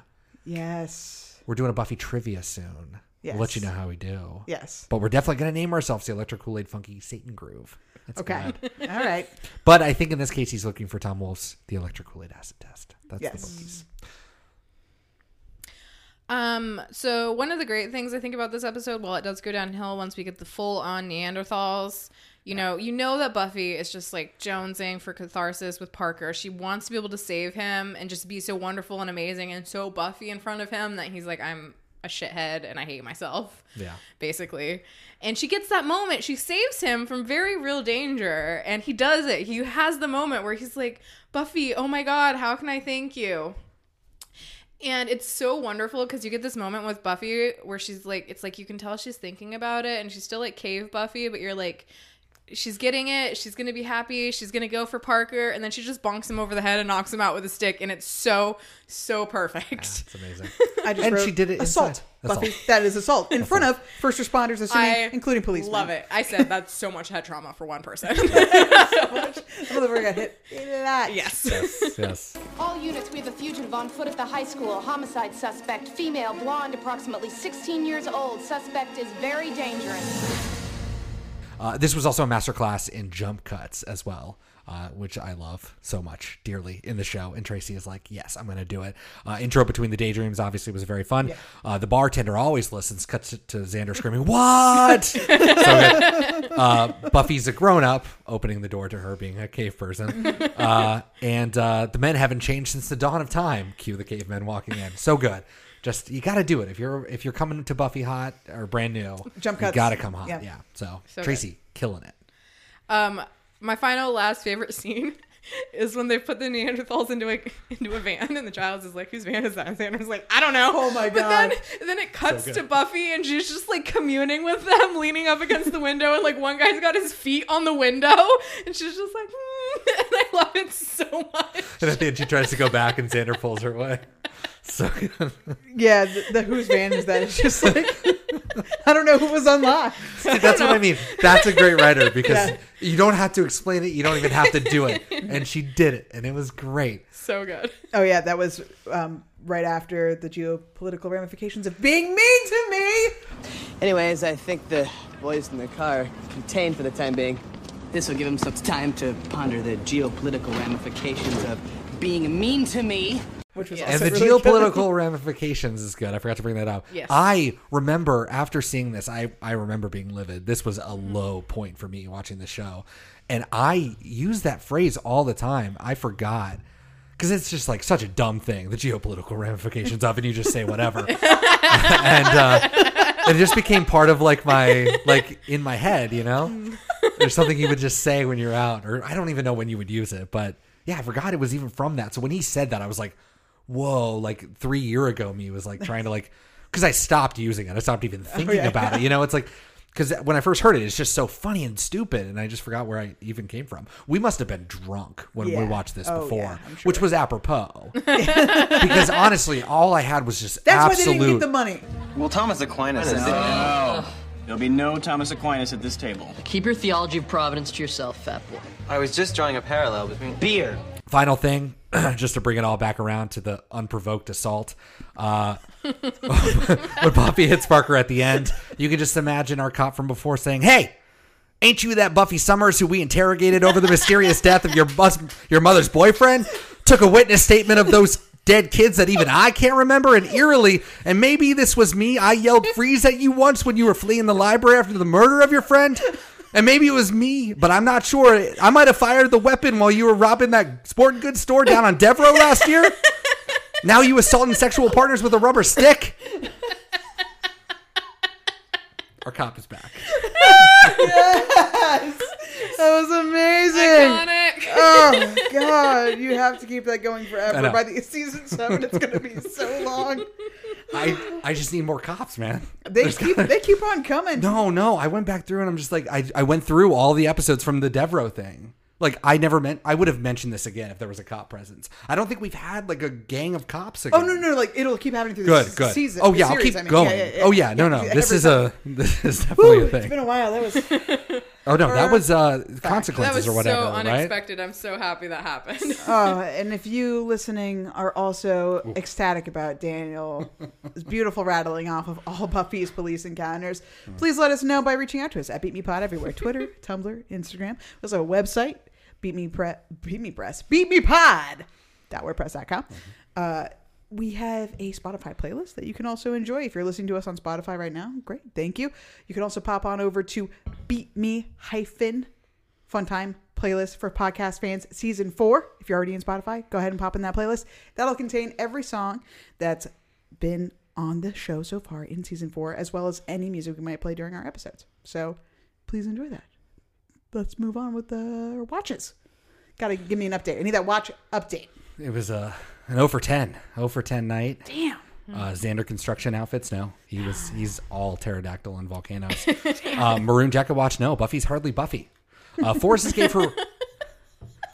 S4: Yes.
S6: We're doing a Buffy trivia soon. We'll let you know how we do.
S4: Yes.
S6: But we're definitely going to name ourselves the Electric Kool Aid Funky Satan Groove. That's
S4: Okay.
S5: [laughs]
S6: good.
S4: All right.
S6: But I think in this case, he's looking for Tom Wolf's The Electric Kool Aid Acid Test. That's
S4: Yes.
S6: the bookies.
S5: Um, so one of the great things I think about this episode, while it does go downhill once we get the full on Neanderthals, you know, you know that Buffy is just like jonesing for catharsis with Parker. She wants to be able to save him and just be so wonderful and amazing and so Buffy in front of him that he's like, I'm a shithead and I hate myself
S6: Yeah.
S5: basically. And she gets that moment. She saves him from very real danger. And he does it. He has the moment where he's like, Buffy, oh my God, how can I thank you? And it's so wonderful because you get this moment with Buffy where she's like, it's like you can tell she's thinking about it and she's still like cave Buffy, but you're like, she's getting it. She's going to be happy. She's going to go for Parker. And then she just bonks him over the head and knocks him out with a stick. And it's so, so perfect.
S6: It's amazing.
S4: I just
S6: And
S4: wrote
S6: she did it
S4: assault.
S6: inside. Assault.
S4: Buffy, that is assault in front of first responders, assuming, including policemen.
S5: Love it. I said that's so much head trauma for one person.
S4: [laughs] That motherfucker got hit a lot.
S5: Yes.
S6: yes.
S21: All units, we have a fugitive on foot at the high school. Homicide suspect, female, blonde, approximately 16 years old. Suspect is very dangerous.
S6: Uh, this was also a masterclass in jump cuts as well, uh, which I love so much dearly in the show. And Tracy is like, "Yes, I'm going to do it." Uh, intro between the daydreams obviously was very fun. Uh, the bartender always listens, cuts it to Xander screaming,
S4: [laughs]
S6: "What?" so good. Uh, Buffy's a grown up, opening the door to her being a cave person, uh, and uh, the men haven't changed since the dawn of time. Cue the cavemen walking in. So good. Just you got to do it if you're if you're coming to Buffy hot or brand new.
S4: Jump
S6: you
S4: cuts.
S6: got to come hot.
S4: Yeah.
S6: yeah. So,
S5: So
S6: Tracy, killing it.
S5: Um, my final last favorite scene [laughs] is when they put the Neanderthals into a [laughs] into a van, and the child is like, "Whose van is that?" And Xander's like, "I don't know."
S4: Oh my
S5: But then,
S4: God.
S5: then it cuts
S4: good.
S5: to Buffy, and she's just like communing with them, leaning up against the window, and like one guy's got his feet on the window, and she's just like, "Hmm," [laughs] and I love it so much.
S6: [laughs] And at the end, she tries to go back, and Xander pulls her away. So good.
S4: Yeah, the, the whose van is that? It's just like [laughs] I don't know who was unlocked.
S6: [laughs] See, that's what I mean. That's a great writer because you don't have to explain it. You don't even have to do it. And she did it, and it was great.
S5: So good.
S4: Oh yeah, that was um, right after the geopolitical ramifications of being mean to me.
S20: Anyways, I think the boys in the car are contained for the time being. This will give them some time to ponder the geopolitical ramifications of being mean to me.
S4: Which was
S6: and the geopolitical ramifications is good. I forgot to bring that up.
S20: Yes.
S6: I remember after seeing this, I, I remember being livid. This was a low point for me watching the show. And I use that phrase all the time. I forgot. Because it's just like such a dumb thing, the geopolitical ramifications of, and you just say whatever. [laughs] and uh, it just became part of like my, like in my head, you know? There's something you would just say when you're out, or I don't even know when you would use it, but yeah, I forgot it was even from that. So when he said that, I was like, whoa, like three year ago me was like trying to like, because I stopped using it. I stopped even
S4: Oh,
S6: thinking
S22: yeah.
S6: about it. You know, it's like, because when I first heard it, it's just so funny and stupid, and I just forgot where I even came from. We must have been drunk when
S4: Yeah.
S6: we watched this
S4: Oh,
S6: before,
S4: yeah, I'm
S6: which
S4: [laughs]
S6: was apropos. because honestly, all I had was just absolute.
S4: money.
S23: Well, Thomas Aquinas is.
S24: No.
S23: There'll be no Thomas Aquinas at this table.
S24: Keep your theology of providence to yourself, fat boy.
S23: I was just drawing a parallel between beer.
S6: Final thing, [clears throat] just to bring it all back around to the unprovoked assault. Uh, [laughs] when Buffy hits Parker at the end, you can just imagine our cop from before saying, "Hey, ain't you that Buffy Summers who we interrogated over the mysterious death of your bus- your mother's boyfriend? Took a witness statement of those." Dead kids that even I can't remember, and eerily, and maybe this was me. I yelled "freeze" at you once when you were fleeing the library after the murder of your friend, and maybe it was me, but I'm not sure. I might have fired the weapon while you were robbing that sporting goods store down on Devereaux last year. Now you assaulting sexual partners with a rubber stick. Our cop is back.
S4: yes, that was amazing.
S5: Iconic.
S4: Oh god, you have to keep that going
S6: I
S4: forever.
S6: know.
S4: By the season seven, it's going to be so
S6: [laughs]
S4: long.
S6: I I just need more cops, man.
S4: They keep they keep on coming.
S6: No, no. I went back through and I'm just like I I went through all the episodes from the Devro thing. Like I never meant I would have mentioned this again if there was a cop presence. I don't think we've had like a gang of cops again.
S4: Oh no, no, like it'll keep happening through
S6: Good,
S4: the se-
S6: good.
S4: season.
S6: oh
S4: the
S6: yeah, I'll
S4: series,
S6: keep
S4: I mean.
S6: going.
S4: Yeah, yeah, yeah.
S6: oh yeah, no,
S4: Yeah,
S6: no.
S4: every
S6: This is
S4: time.
S6: a [laughs] this is definitely a
S4: It's
S6: thing.
S4: been a while. That was.
S6: Oh no, that
S4: or-
S6: was uh
S5: That
S6: consequences
S5: was
S6: or whatever,
S5: so
S6: right?
S5: unexpected. I'm so happy that happened.
S4: oh, and if you listening are also ecstatic about Daniel's beautiful rattling off of all Buffy's police encounters, please let us know by reaching out to us at Beat Me Pod everywhere Twitter, Tumblr, Instagram. There's a website, Beat Me, Pre- Beat Me Press, Beat Me Pod. WordPress.com. Uh, we have a Spotify playlist that you can also enjoy. If you're listening to us on Spotify right now, great. Thank you. You can also pop on over to Beat Me hyphen Fun Time playlist for podcast fans season four. If you're already in Spotify, go ahead and pop in that playlist. That'll contain every song that's been on the show so far in season four, as well as any music we might play during our episodes. So please enjoy that. Let's move on with the watches. Gotta give me an update. I need that watch update.
S6: It was uh, an 0 for 10. 0 for 10 night.
S4: Damn.
S6: Uh, Xander construction outfits. No, he was
S4: Ah.
S6: he's all pterodactyl
S4: [laughs]
S6: and volcanoes. uh, Maroon jacket watch. No, Buffy's hardly Buffy. Uh, Forrest is gay for [laughs]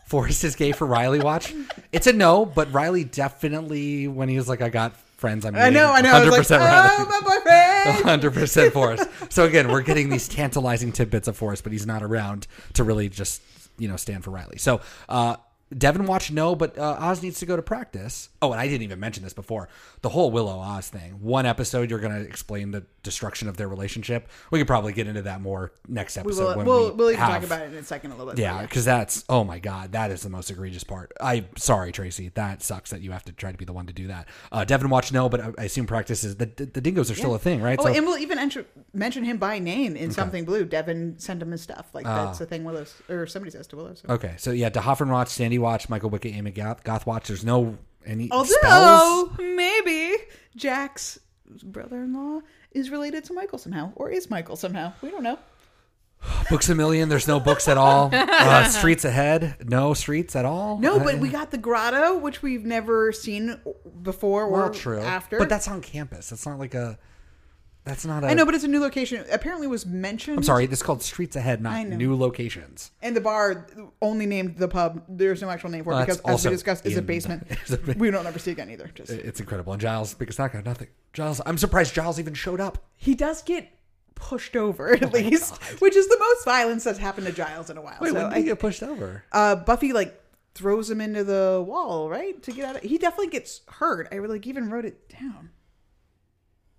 S6: Forrest is gay for Riley watch. It's a no, but Riley definitely when he was like, I got friends. I'm
S4: I know, I
S6: leaving,"
S4: know. I was
S6: 100%
S4: like,
S6: Riley.
S4: oh, my boyfriend.
S6: [laughs] hundred percent Forrest. So again, we're getting these tantalizing tidbits of Forrest, but he's not around to really just you know stand for Riley. So uh, Devin watched no, but uh, Oz needs to go to practice. Oh, and I didn't even mention this before. The whole Willow Oz thing. One episode, you're going to explain the destruction of their relationship. We could probably get into that more next
S4: We
S6: episode.
S4: will,
S6: when
S4: we'll,
S6: we
S4: we'll even
S6: have-
S4: talk about it in a second a little bit.
S6: yeah, because that's oh my god, that is the most egregious part. I'm sorry, Tracy, that sucks that you have to try to be the one to do that. Uh, Devin watched no, but I, I assume practices the the dingoes are still
S4: Yeah.
S6: a thing, right?
S4: Oh, and we'll even enter, mention him by name in something blue. Devin sent him his stuff. Like
S6: Ah. Uh,
S4: that's the thing Willow or somebody says to Willow. So.
S6: Okay, so yeah, DeHoffen Watch, Sandy Watch, Michael Wicket, Amy Goth, Goth Watch. There's no any
S4: Oh,
S6: spells.
S4: Although maybe Jack's brother-in-law is related to Michael somehow, or is Michael somehow? We don't know.
S6: Books a million. There's no books
S4: [laughs]
S6: at all. Uh, streets ahead. No streets at all.
S4: No,
S6: Uh,
S4: but we got the grotto, which we've never seen before or
S6: well, true.
S4: after.
S6: but that's on campus. That's not like a. That's not a.
S4: I know, but it's a new location. Apparently, it was mentioned.
S6: I'm sorry. This is called Streets Ahead,
S4: I
S6: not
S4: know.
S6: new locations.
S4: And the bar only named the pub. There's no actual name for it
S6: Well, that's
S4: because, as
S6: also
S4: we discussed, is a
S6: in-
S4: basement.
S6: [laughs] is a ba-
S4: we don't ever see again either. Just
S6: It's incredible. And Giles, because that got nothing. Giles, I'm surprised Giles even showed up.
S4: he does get pushed
S6: Oh
S4: over at least, [laughs] which is the most violence that's happened to Giles in a while.
S6: Wait,
S4: so
S6: when did
S4: I-
S6: he get pushed over?
S4: uh, Buffy like throws him into the wall, right? To get out of he definitely gets hurt. I like even wrote it down.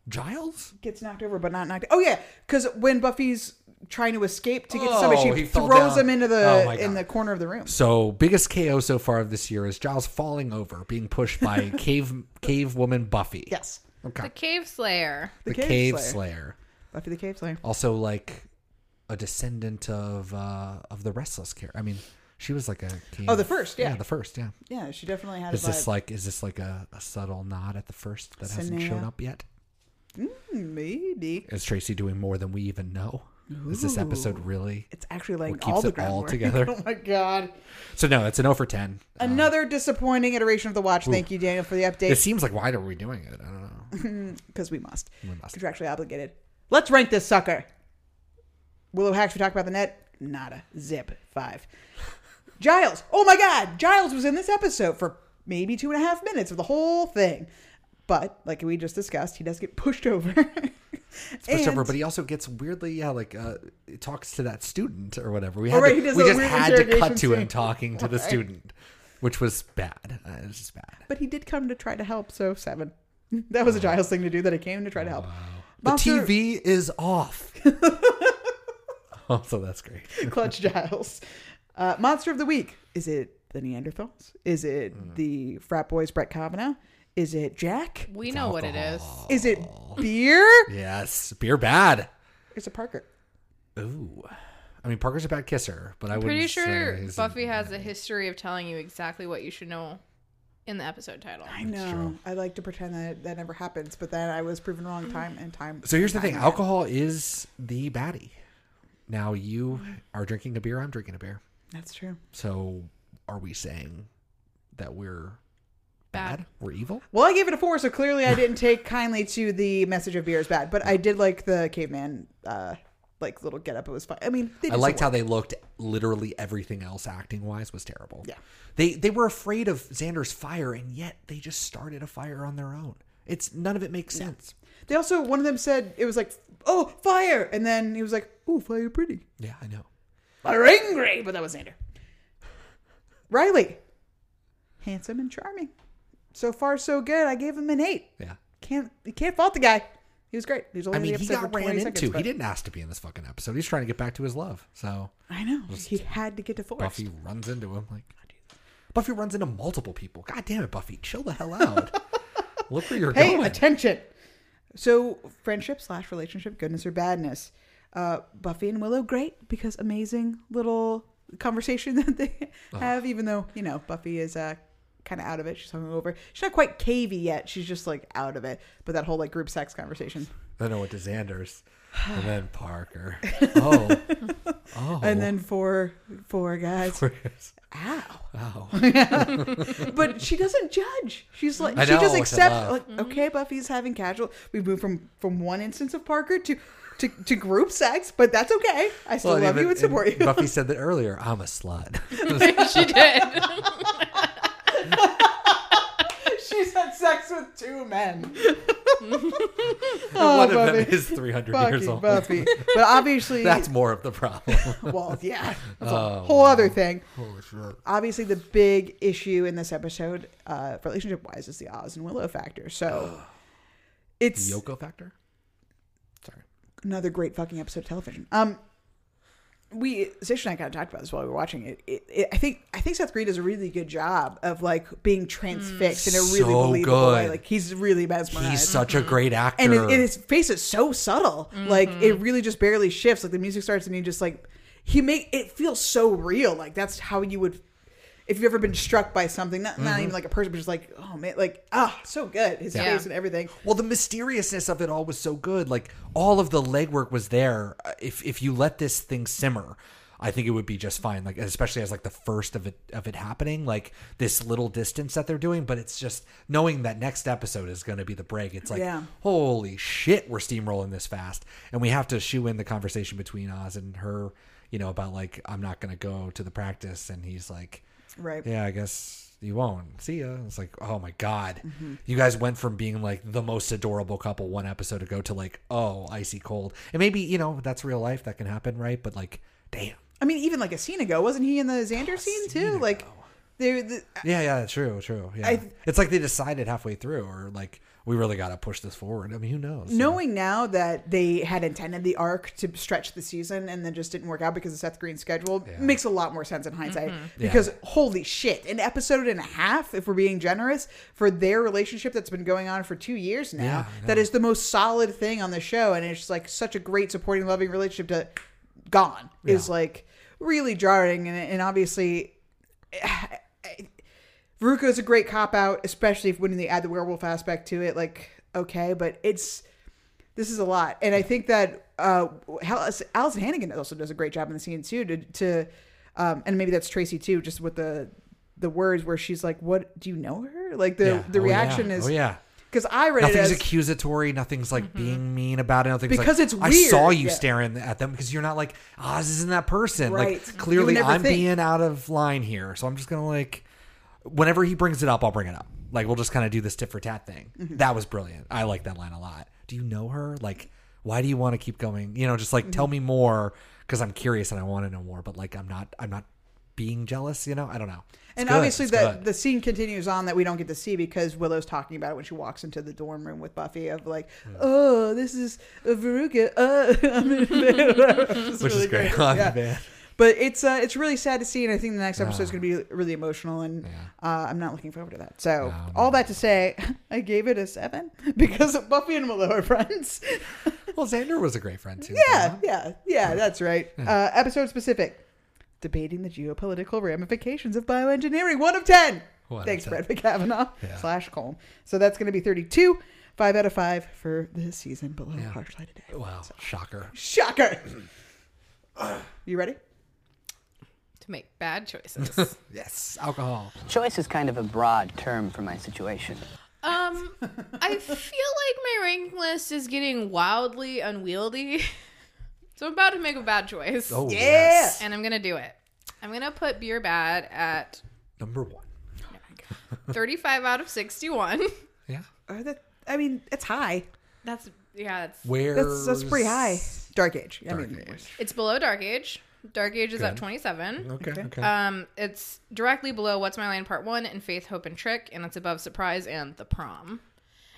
S6: Giles?
S4: Gets knocked over but not knocked. Oh yeah, cuz when Buffy's trying to escape to get to somebody,
S6: Oh,
S4: she
S6: he fell
S4: throws
S6: down.
S4: him into
S6: Oh,
S4: the
S6: my
S4: in
S6: God.
S4: the corner of the room.
S6: So biggest KO so far this year is Giles falling over, being pushed
S4: [laughs]
S6: by cave cave woman Buffy.
S4: Yes.
S6: Okay.
S5: The Cave Slayer.
S6: The, cave, slayer.
S4: Buffy the Cave Slayer.
S6: Also like a descendant of uh of the restless care. I mean, she was like a cave.
S4: Oh, the first, yeah. uh,
S6: the first, yeah.
S4: Yeah, she definitely had
S6: Is
S4: a
S6: this
S4: vibe.
S6: like is this like a, a subtle nod at the first that hasn't shown
S4: Scenario.
S6: up yet?
S4: Mm, maybe.
S6: Is Tracy doing more than we even know? Is this episode
S4: Ooh.
S6: really?
S4: It's actually
S6: what
S4: like
S6: keeps
S4: all the
S6: it all
S4: groundwork. [laughs]
S6: together.
S4: oh my god.
S6: So no, it's an over ten.
S4: Another disappointing iteration of the watch.
S6: Ooh.
S4: Thank you, Daniel, for the
S6: Uh, It
S4: update.
S6: seems like why are we doing it? I don't know.
S4: Because we must.
S6: We must.
S4: Contractually obligated. Let's rank this sucker. Willow Hacks, we talked about the net. Nada. Zip. Five. Giles. Oh my God. Giles was in this episode for maybe two and a half minutes of the whole thing. But, like we just discussed, he does get pushed over. [laughs]
S6: It's pushed over,
S4: And-
S6: but he also gets weirdly, yeah, like uh, it talks to that student or whatever. We
S4: Oh,
S6: had
S4: right,
S6: to,
S4: he does
S6: we
S4: that
S6: just
S4: weird
S6: had to cut
S4: interrogation
S6: to him
S4: scene.
S6: talking
S4: [laughs]
S6: to the
S4: Right.
S6: student, which was bad. Uh, it was just bad.
S4: But he did come to try to help, so seven. [laughs] That was a Giles thing to do, that he came to try to help.
S6: the TV is
S4: [laughs]
S6: off. Also, that's great. [laughs]
S4: Clutch Giles. Uh, Monster of the Week. Is it the Neanderthals? Is it
S6: Mm.
S4: the frat boys Brett Kavanaugh? Is it Jack?
S5: We know what it is.
S4: Is it beer?
S6: [laughs] Yes, beer bad.
S4: It's a Parker.
S6: Ooh, I mean Parker's a bad kisser, but I would
S5: Pretty sure
S6: say he's-
S5: Buffy has a history of telling you exactly what you should know in the episode title.
S4: I know. I like to pretend that that never happens, but then I was proven wrong time and time.
S6: So here's the
S4: and
S6: thing:
S4: time
S6: alcohol is the baddie. Now you are drinking a beer. I'm drinking a beer.
S4: again. That's true.
S6: So are we saying that we're bad? We're evil?
S4: Well, I gave it a four, so
S6: [laughs]
S4: clearly I didn't take kindly to the message of beer is bad, but I did like the caveman, uh, like little get up. It was fun. I mean, they
S6: I
S4: did
S6: liked
S4: some
S6: how
S4: work.
S6: they looked. Literally everything else acting wise was terrible.
S4: Yeah.
S6: They they were afraid of Xander's fire and yet they just started a fire on their own. It's none of it makes sense.
S4: They also one of them said it was like, "Oh, fire," and then he was like, "Oh, fire, pretty."
S6: Yeah, I know.
S4: Are angry, but that was Xander. Riley, handsome and charming. So far, so good. I gave him an eight.
S6: Yeah.
S4: Can't you can't fault the guy. He was great. He was only
S6: I mean,
S4: in the
S6: he
S4: episode
S6: got
S4: for
S6: ran
S4: 20
S6: into.
S4: seconds,
S6: he
S4: but-
S6: didn't ask to be in this fucking episode. He's trying to get back to his love. So
S4: I know.
S6: Just
S4: He had to get to Forrest.
S6: Buffy runs into him like. Buffy runs into multiple people. God damn it, Buffy! Chill the hell
S4: [laughs]
S6: out. Look where you're
S4: Pay
S6: going.
S4: attention. So friendship slash relationship, goodness or badness. Uh, Buffy and Willow, great because amazing little conversation [laughs] that they
S6: Oh.
S4: have. Even though you know Buffy is uh, kind of out of it, she's hungover. She's not quite cavey yet. She's just like out of it. But that whole like group sex conversation.
S6: Then it went to Xander's, and
S4: [sighs]
S6: then
S4: [laughs]
S6: Parker. Oh, oh,
S4: And then four, four guys.
S6: Four guys.
S4: Ow.
S6: Ow.
S4: [laughs] but she doesn't judge. She's like
S6: I
S4: she
S6: know,
S4: just
S6: which I
S4: accepts.
S6: love.
S4: Like okay, Buffy's having casual. We move from from one instance of Parker to to, to group sex, but that's okay. I still
S6: Well,
S4: love
S6: even-
S4: you and support you. [laughs]
S6: Buffy said that earlier. I'm a slut. [laughs]
S5: [laughs] she did.
S4: She's had sex with two
S6: [laughs]
S4: men. Oh,
S6: One of them is 300 years
S4: Fucking
S6: old. [laughs]
S4: Buffy. But obviously,
S6: That's more of the problem.
S4: [laughs] well, yeah, that's a
S6: Oh,
S4: whole other thing.
S6: Holy shit.
S4: Obviously, the big issue in this episode, uh, relationship wise, is the Oz and Willow factor.
S6: [gasps]
S4: So it's
S6: Yoko factor.
S4: another great fucking episode of television. Um, we Sish and I kind of talked about this while we were watching it. It, it. I think I think Seth Green does a really good job of like being transfixed in a really
S6: So
S4: believable way.
S6: good.
S4: Like he's really mesmerized.
S6: He's such a great actor.
S4: and, it, and his face is so subtle. Like it really just barely shifts. Like the music starts and he just like he make it feels so real. Like that's how you would. If you've ever been struck by something, not, not
S6: Mhm.
S4: even like a person, but just like, oh man, like, ah, so good. His
S6: Yeah.
S4: face and everything.
S6: Well, the mysteriousness of it all was so good. Like all of the legwork was there. Uh, If if you let this thing simmer, I think it would be just fine. Like especially as like the first of it of it happening, like this little distance that they're doing. But it's just knowing that next episode is going to be the break. It's like
S4: Yeah.
S6: holy shit, we're steamrolling this fast, and we have to shoe in the conversation between Oz and her. You know about like I'm not going to go to the practice, and he's like,
S4: Right.
S6: yeah, I guess you won't. See ya. It's like, oh my God.
S4: Mm-hmm.
S6: You guys went from being like the most adorable couple one episode ago to like, oh, icy cold. And maybe, you know, that's real life. That can happen, right? But like, damn.
S4: I mean, even like a scene ago, wasn't he in the Xander scene too? Like, they, the,
S6: Yeah, yeah, true, true. Yeah.
S4: I-
S6: it's like they decided halfway through or like, we really got to push this forward. I mean, who knows?
S4: knowing now that they had intended the arc to stretch the season and then just didn't work out because of Seth Green's schedule makes a lot more sense in hindsight.
S6: Mhm. Yeah.
S4: Because holy shit, an episode and a half, if we're being generous, for their relationship that's been going on for two years now,
S6: Yeah, I
S4: that
S6: know.
S4: is the most solid thing on the show, and it's just like such a great supporting, loving relationship to gone is
S6: Yeah.
S4: like really jarring, and, and obviously. [sighs] Veruca is a great cop out, especially if when they add the werewolf aspect to it. Like, okay, but it's this is a lot, and I think that uh, Hal- Alice Hannigan also does a great job in the scene too. To, to um, and maybe that's Tracy too, just with the the words where she's like, "What do you know her?" Like the
S6: Yeah.
S4: the
S6: Oh, yeah.
S4: reaction is,
S6: Oh, yeah.
S4: because I read
S6: nothing's
S4: it as
S6: accusatory. Nothing's like being mean about it. Nothing's
S4: Because
S6: like,
S4: it's
S6: I saw
S4: weird.
S6: you
S4: Yeah.
S6: staring at them because you're not like Oz isn't that person.
S4: Right. You
S6: Like clearly
S4: would never
S6: I'm
S4: think.
S6: being out of line here, so I'm just gonna like whenever he brings it up, I'll bring it up. Like we'll just kind of do this tit for tat thing.
S4: Mhm.
S6: That was brilliant. I like that line a lot. Do you know her? Like why do you want to keep going? You know, just like tell
S4: Mhm.
S6: me more because I'm curious and I want to know more. But like I'm not I'm not being jealous. You know, I don't know. It's
S4: and
S6: good.
S4: obviously
S6: It's
S4: that
S6: good.
S4: the scene continues on that we don't get to see because Willow's talking about it when she walks into the dorm room with Buffy of like, oh, this is uh, Veruca. Uh, [laughs] I'm in [laughs] It's
S6: which
S4: really
S6: is [laughs] great. I'm
S4: Yeah.
S6: a fan.
S4: But it's uh, it's really sad to see, and I think the next episode is
S6: Ah.
S4: going to be really emotional, and uh, I'm not looking forward to that. So all that to say, [laughs] I gave it a seven [laughs] because Buffy and Willow are friends. [laughs]
S6: well, Xander was a great friend too.
S4: Yeah, yeah, yeah. That's right. Uh, episode specific. Debating the geopolitical ramifications of bioengineering. One of ten.
S6: One of
S4: Thanks,
S6: 10.
S4: Brett [laughs] McKavanaugh
S6: Yeah.
S4: slash Colm. So that's going to be 32. Five out of five for this season below harsh light today.
S6: Wow, shocker.
S4: [clears throat] Shocker. you ready?
S5: to make
S4: [laughs]
S5: bad choices.
S6: yes, alcohol.
S20: Choice is kind of a broad term for my situation.
S5: Um, I feel like my ranking list is getting wildly unwieldy. [laughs] So I'm about to make a bad choice.
S6: Oh, Yeah. yes.
S5: And I'm going to do it. I'm going to put beer bad at
S6: Number one.
S5: 35 out of 61.
S6: Yeah.
S4: Uh, that, I mean, it's high.
S5: [laughs] That's, yeah, it's,
S6: Where
S4: That's, that's pretty high. Dark Age. I mean,
S5: it's below Dark Age. Dark Age is at
S4: Good.
S5: 27.
S4: Okay, Okay. okay.
S6: Uh,
S5: Um, it's directly below What's My Line Part 1 and Faith, Hope, and Trick, and it's above Surprise and The Prom.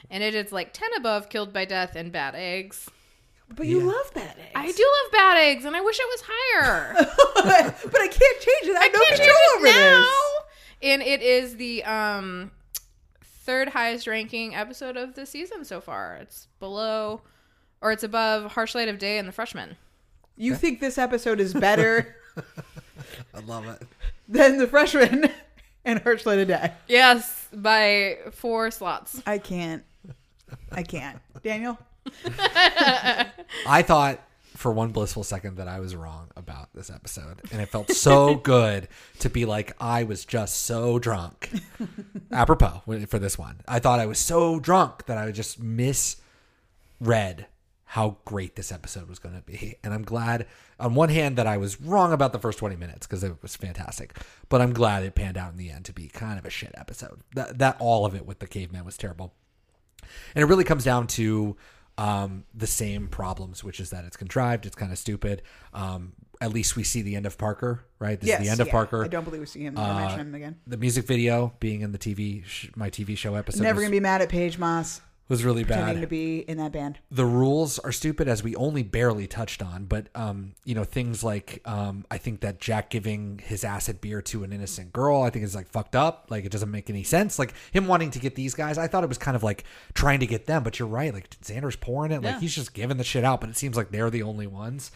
S5: And it is like 10 above Killed by Death and Bad Eggs.
S4: But you love bad eggs.
S5: I do love bad eggs, and I wish it was higher. [laughs]
S4: but I can't change it. I, have no
S5: can't change
S4: control
S5: it
S4: over this.
S5: now. And it is the um, third highest ranking episode of the season so far. It's below, or it's above Harsh Light of Day and The Freshman.
S4: You think this episode is better
S6: [laughs] I love it.
S4: than The Freshman [laughs] and Arch Let It Die?
S5: Yes, by four slots.
S4: I can't. I can't. Daniel?
S6: I thought for one blissful second that I was wrong about this episode, and it felt [laughs] so good to be like I was just so drunk. Apropos for this one, I thought I was so drunk that I would just misread how great this episode was going to be, and I'm glad. On one hand, that I was wrong about the first 20 minutes because it was fantastic, but I'm glad it panned out in the end to be kind of a shit episode. That that all of it with the caveman was terrible. And it really comes down to um, the same problems, which is that it's contrived, it's kind of stupid. Um, at least we see the end of Parker, right? This is the end of
S4: yeah.
S6: Parker.
S4: I don't believe we see him or
S6: Uh,
S4: mention him again.
S6: The music video being in the TV, sh- my TV show episode,
S4: Never
S6: was,
S4: going to be mad at Paige Moss
S6: was really
S4: pretending
S6: bad
S4: to be in that band.
S6: the rules are stupid as we only barely touched on but um you know things like um i think that jack giving his acid beer to an innocent girl i think is like fucked up like it doesn't make any sense like him wanting to get these guys i thought it was kind of like trying to get them but you're right like xander's pouring it like
S1: Yeah.
S6: he's just giving the shit out but it seems like they're the only ones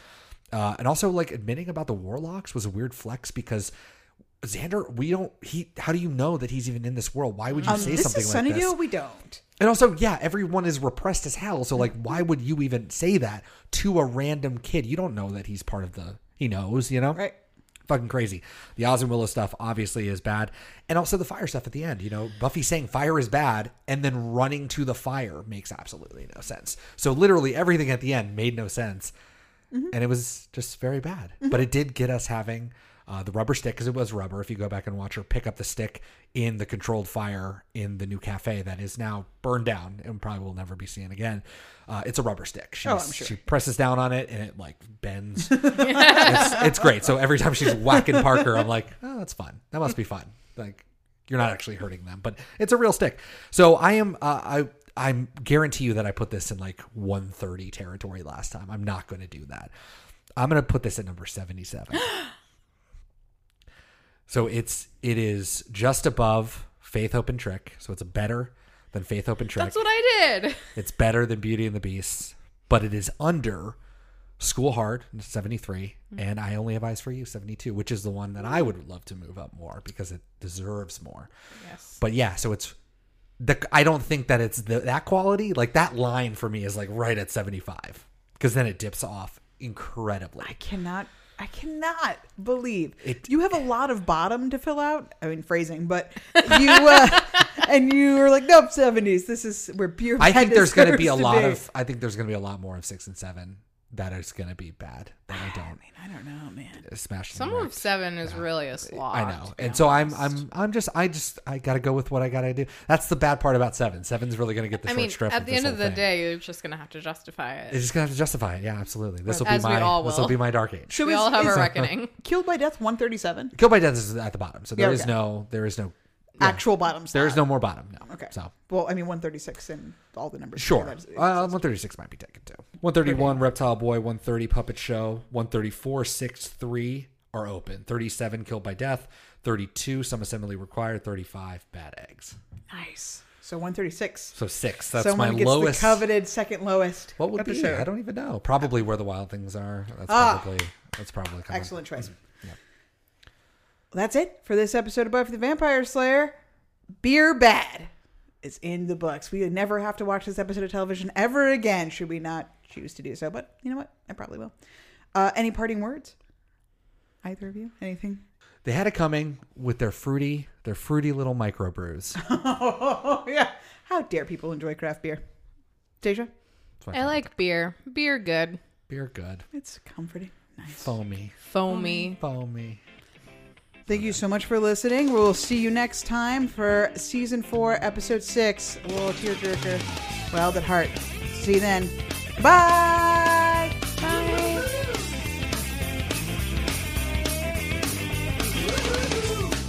S6: uh and also like admitting about the warlocks was a weird flex because xander we don't he how do you know that he's even in this world why would you
S4: Um,
S6: say
S4: this
S6: something
S4: is
S6: like this
S4: Sunnydale? We don't.
S6: and also, yeah, everyone is repressed as hell. So, like, why would you even say that to a random kid? You don't know that he's part of the. He knows, you know?
S4: Right.
S6: Fucking crazy. The Oz and Willow stuff obviously is bad. And also the fire stuff at the end, you know, Buffy saying fire is bad and then running to the fire makes absolutely no sense. So, literally, everything at the end made no sense.
S1: Mhm.
S6: And it was just very bad.
S1: Mhm.
S6: But it did get us having. Uh, the rubber stick, because it was rubber. If you go back and watch her pick up the stick in the controlled fire in the new cafe that is now burned down and probably will never be seen again, uh, it's a rubber stick. She,
S1: Oh, I'm sure.
S6: She presses down on it and it like bends.
S1: [laughs]
S6: it's, it's great. So every time she's whacking Parker, I'm like, oh, that's fun. That must be fun. Like you're not actually hurting them, but it's a real stick. So I am. Uh, I I guarantee you that I put this in like 130 territory last time. I'm not going to do that. I'm going to put this at number 77. [gasps] so it's it is just above Faith, Hope, and Trick. So it's better than Faith, Hope, and Trick.
S5: That's what I did.
S6: It's better than Beauty and the Beast, but it is under School Hard, 73,
S5: Mm-hmm.
S6: and I Only Have Eyes for You, 72, which is the one that I would love to move up more because it deserves more.
S5: Yes.
S6: But yeah, so it's. The, I don't think that it's the, that quality. Like that line for me is like right at 75 because then it dips off incredibly.
S4: I cannot. I cannot believe you
S6: eh.
S4: have a lot of bottom to fill out. I mean phrasing, but you uh, [laughs] and you were like, nope, seventies. This is where beer.
S6: I think there's going to be a
S4: deserves
S6: lot of. I think there's going to be a lot more of six and seven that is going to be bad. That
S5: [sighs]
S6: I don't.
S4: I don't know, man.
S6: Smash.
S5: Some of seven is really a slog.
S6: I know. And so I'm I'm I'm just I just I gotta go with what I gotta do. That's the bad part about seven. Seven's really gonna get the
S5: I
S6: short
S5: mean,
S6: shrift.
S5: at the
S6: this
S5: end of the
S6: whole thing.
S5: day, you're just going to have to justify it.
S6: it's just gonna have to justify it. Yeah, absolutely. This will be
S5: As we
S6: my
S5: all
S6: this will
S5: will.
S6: be my dark age.
S5: So We is- all have our reckoning.
S4: Killed by Death one thirty seven.
S6: Kill by Death is at the bottom, so
S4: Yeah,
S6: there is
S4: okay.
S6: no there is no
S4: Actual bottom
S6: There is
S4: slot.
S6: no more bottom. No.
S4: Okay.
S6: So
S4: Well, I mean one thirty six and all the numbers.
S6: Sure.
S4: That's-
S6: Uh, 136 might be taken too. 131 Reptile Boy, 130 Puppet Show, 134 6 3 are open. 37 Killed by Death, 32 Some Assembly Required, 35 Bad Eggs.
S4: Nice. So one thirty six.
S6: So six. That's
S4: Someone
S6: my
S4: gets
S6: lowest.
S4: The coveted second lowest.
S6: What would be?
S4: episode.
S6: I don't even know. Probably where the wild things are. That's
S4: Ah.
S6: probably that's probably coming.
S4: Excellent choice. That's it for this episode of Buffy the Vampire Slayer. Beer bad is in the books. We never have to watch this episode of television ever again, should we not choose to do so. But you know what? I probably will. Uh, any parting words? Either of you? Anything?
S6: They had it coming with their fruity, their fruity little microbrews.
S4: [laughs] Oh, yeah. How dare people enjoy craft beer? Deja?
S6: Fine.
S5: I like beer. Beer good.
S6: Beer good.
S4: It's comforting.
S6: Foamy.
S5: Foamy.
S6: Foamy.
S4: Thank you so much for listening. We'll see you next time for season four, episode six. A little tearjerker. Wild at heart. See you then. Bye.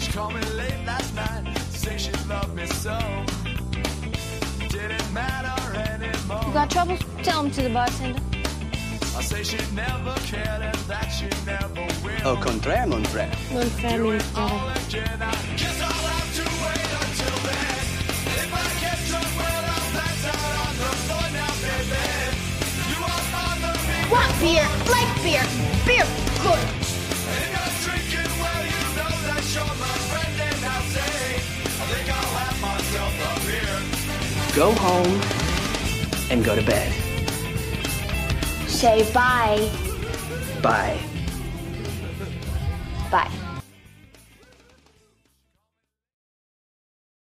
S25: She called me late last night, say she loved me so. Didn't matter anymore.
S26: You got troubles? Tell them to the bartender.
S25: I say she never cared and that she never will.
S15: Au contraire, mon frère.
S26: One family is better.
S25: Again, I guess I'll have to wait until then. If I get drunk, well, I'll pass out on the floor now, baby. You are bother me.
S9: Want beer? Like beer? Beer good.
S25: If I'm drinking, well, you know that you're my friend, and I'll say, I think I'll have myself a beer.
S15: Go home and go to bed.
S9: Say bye.
S15: Bye.
S9: Bye.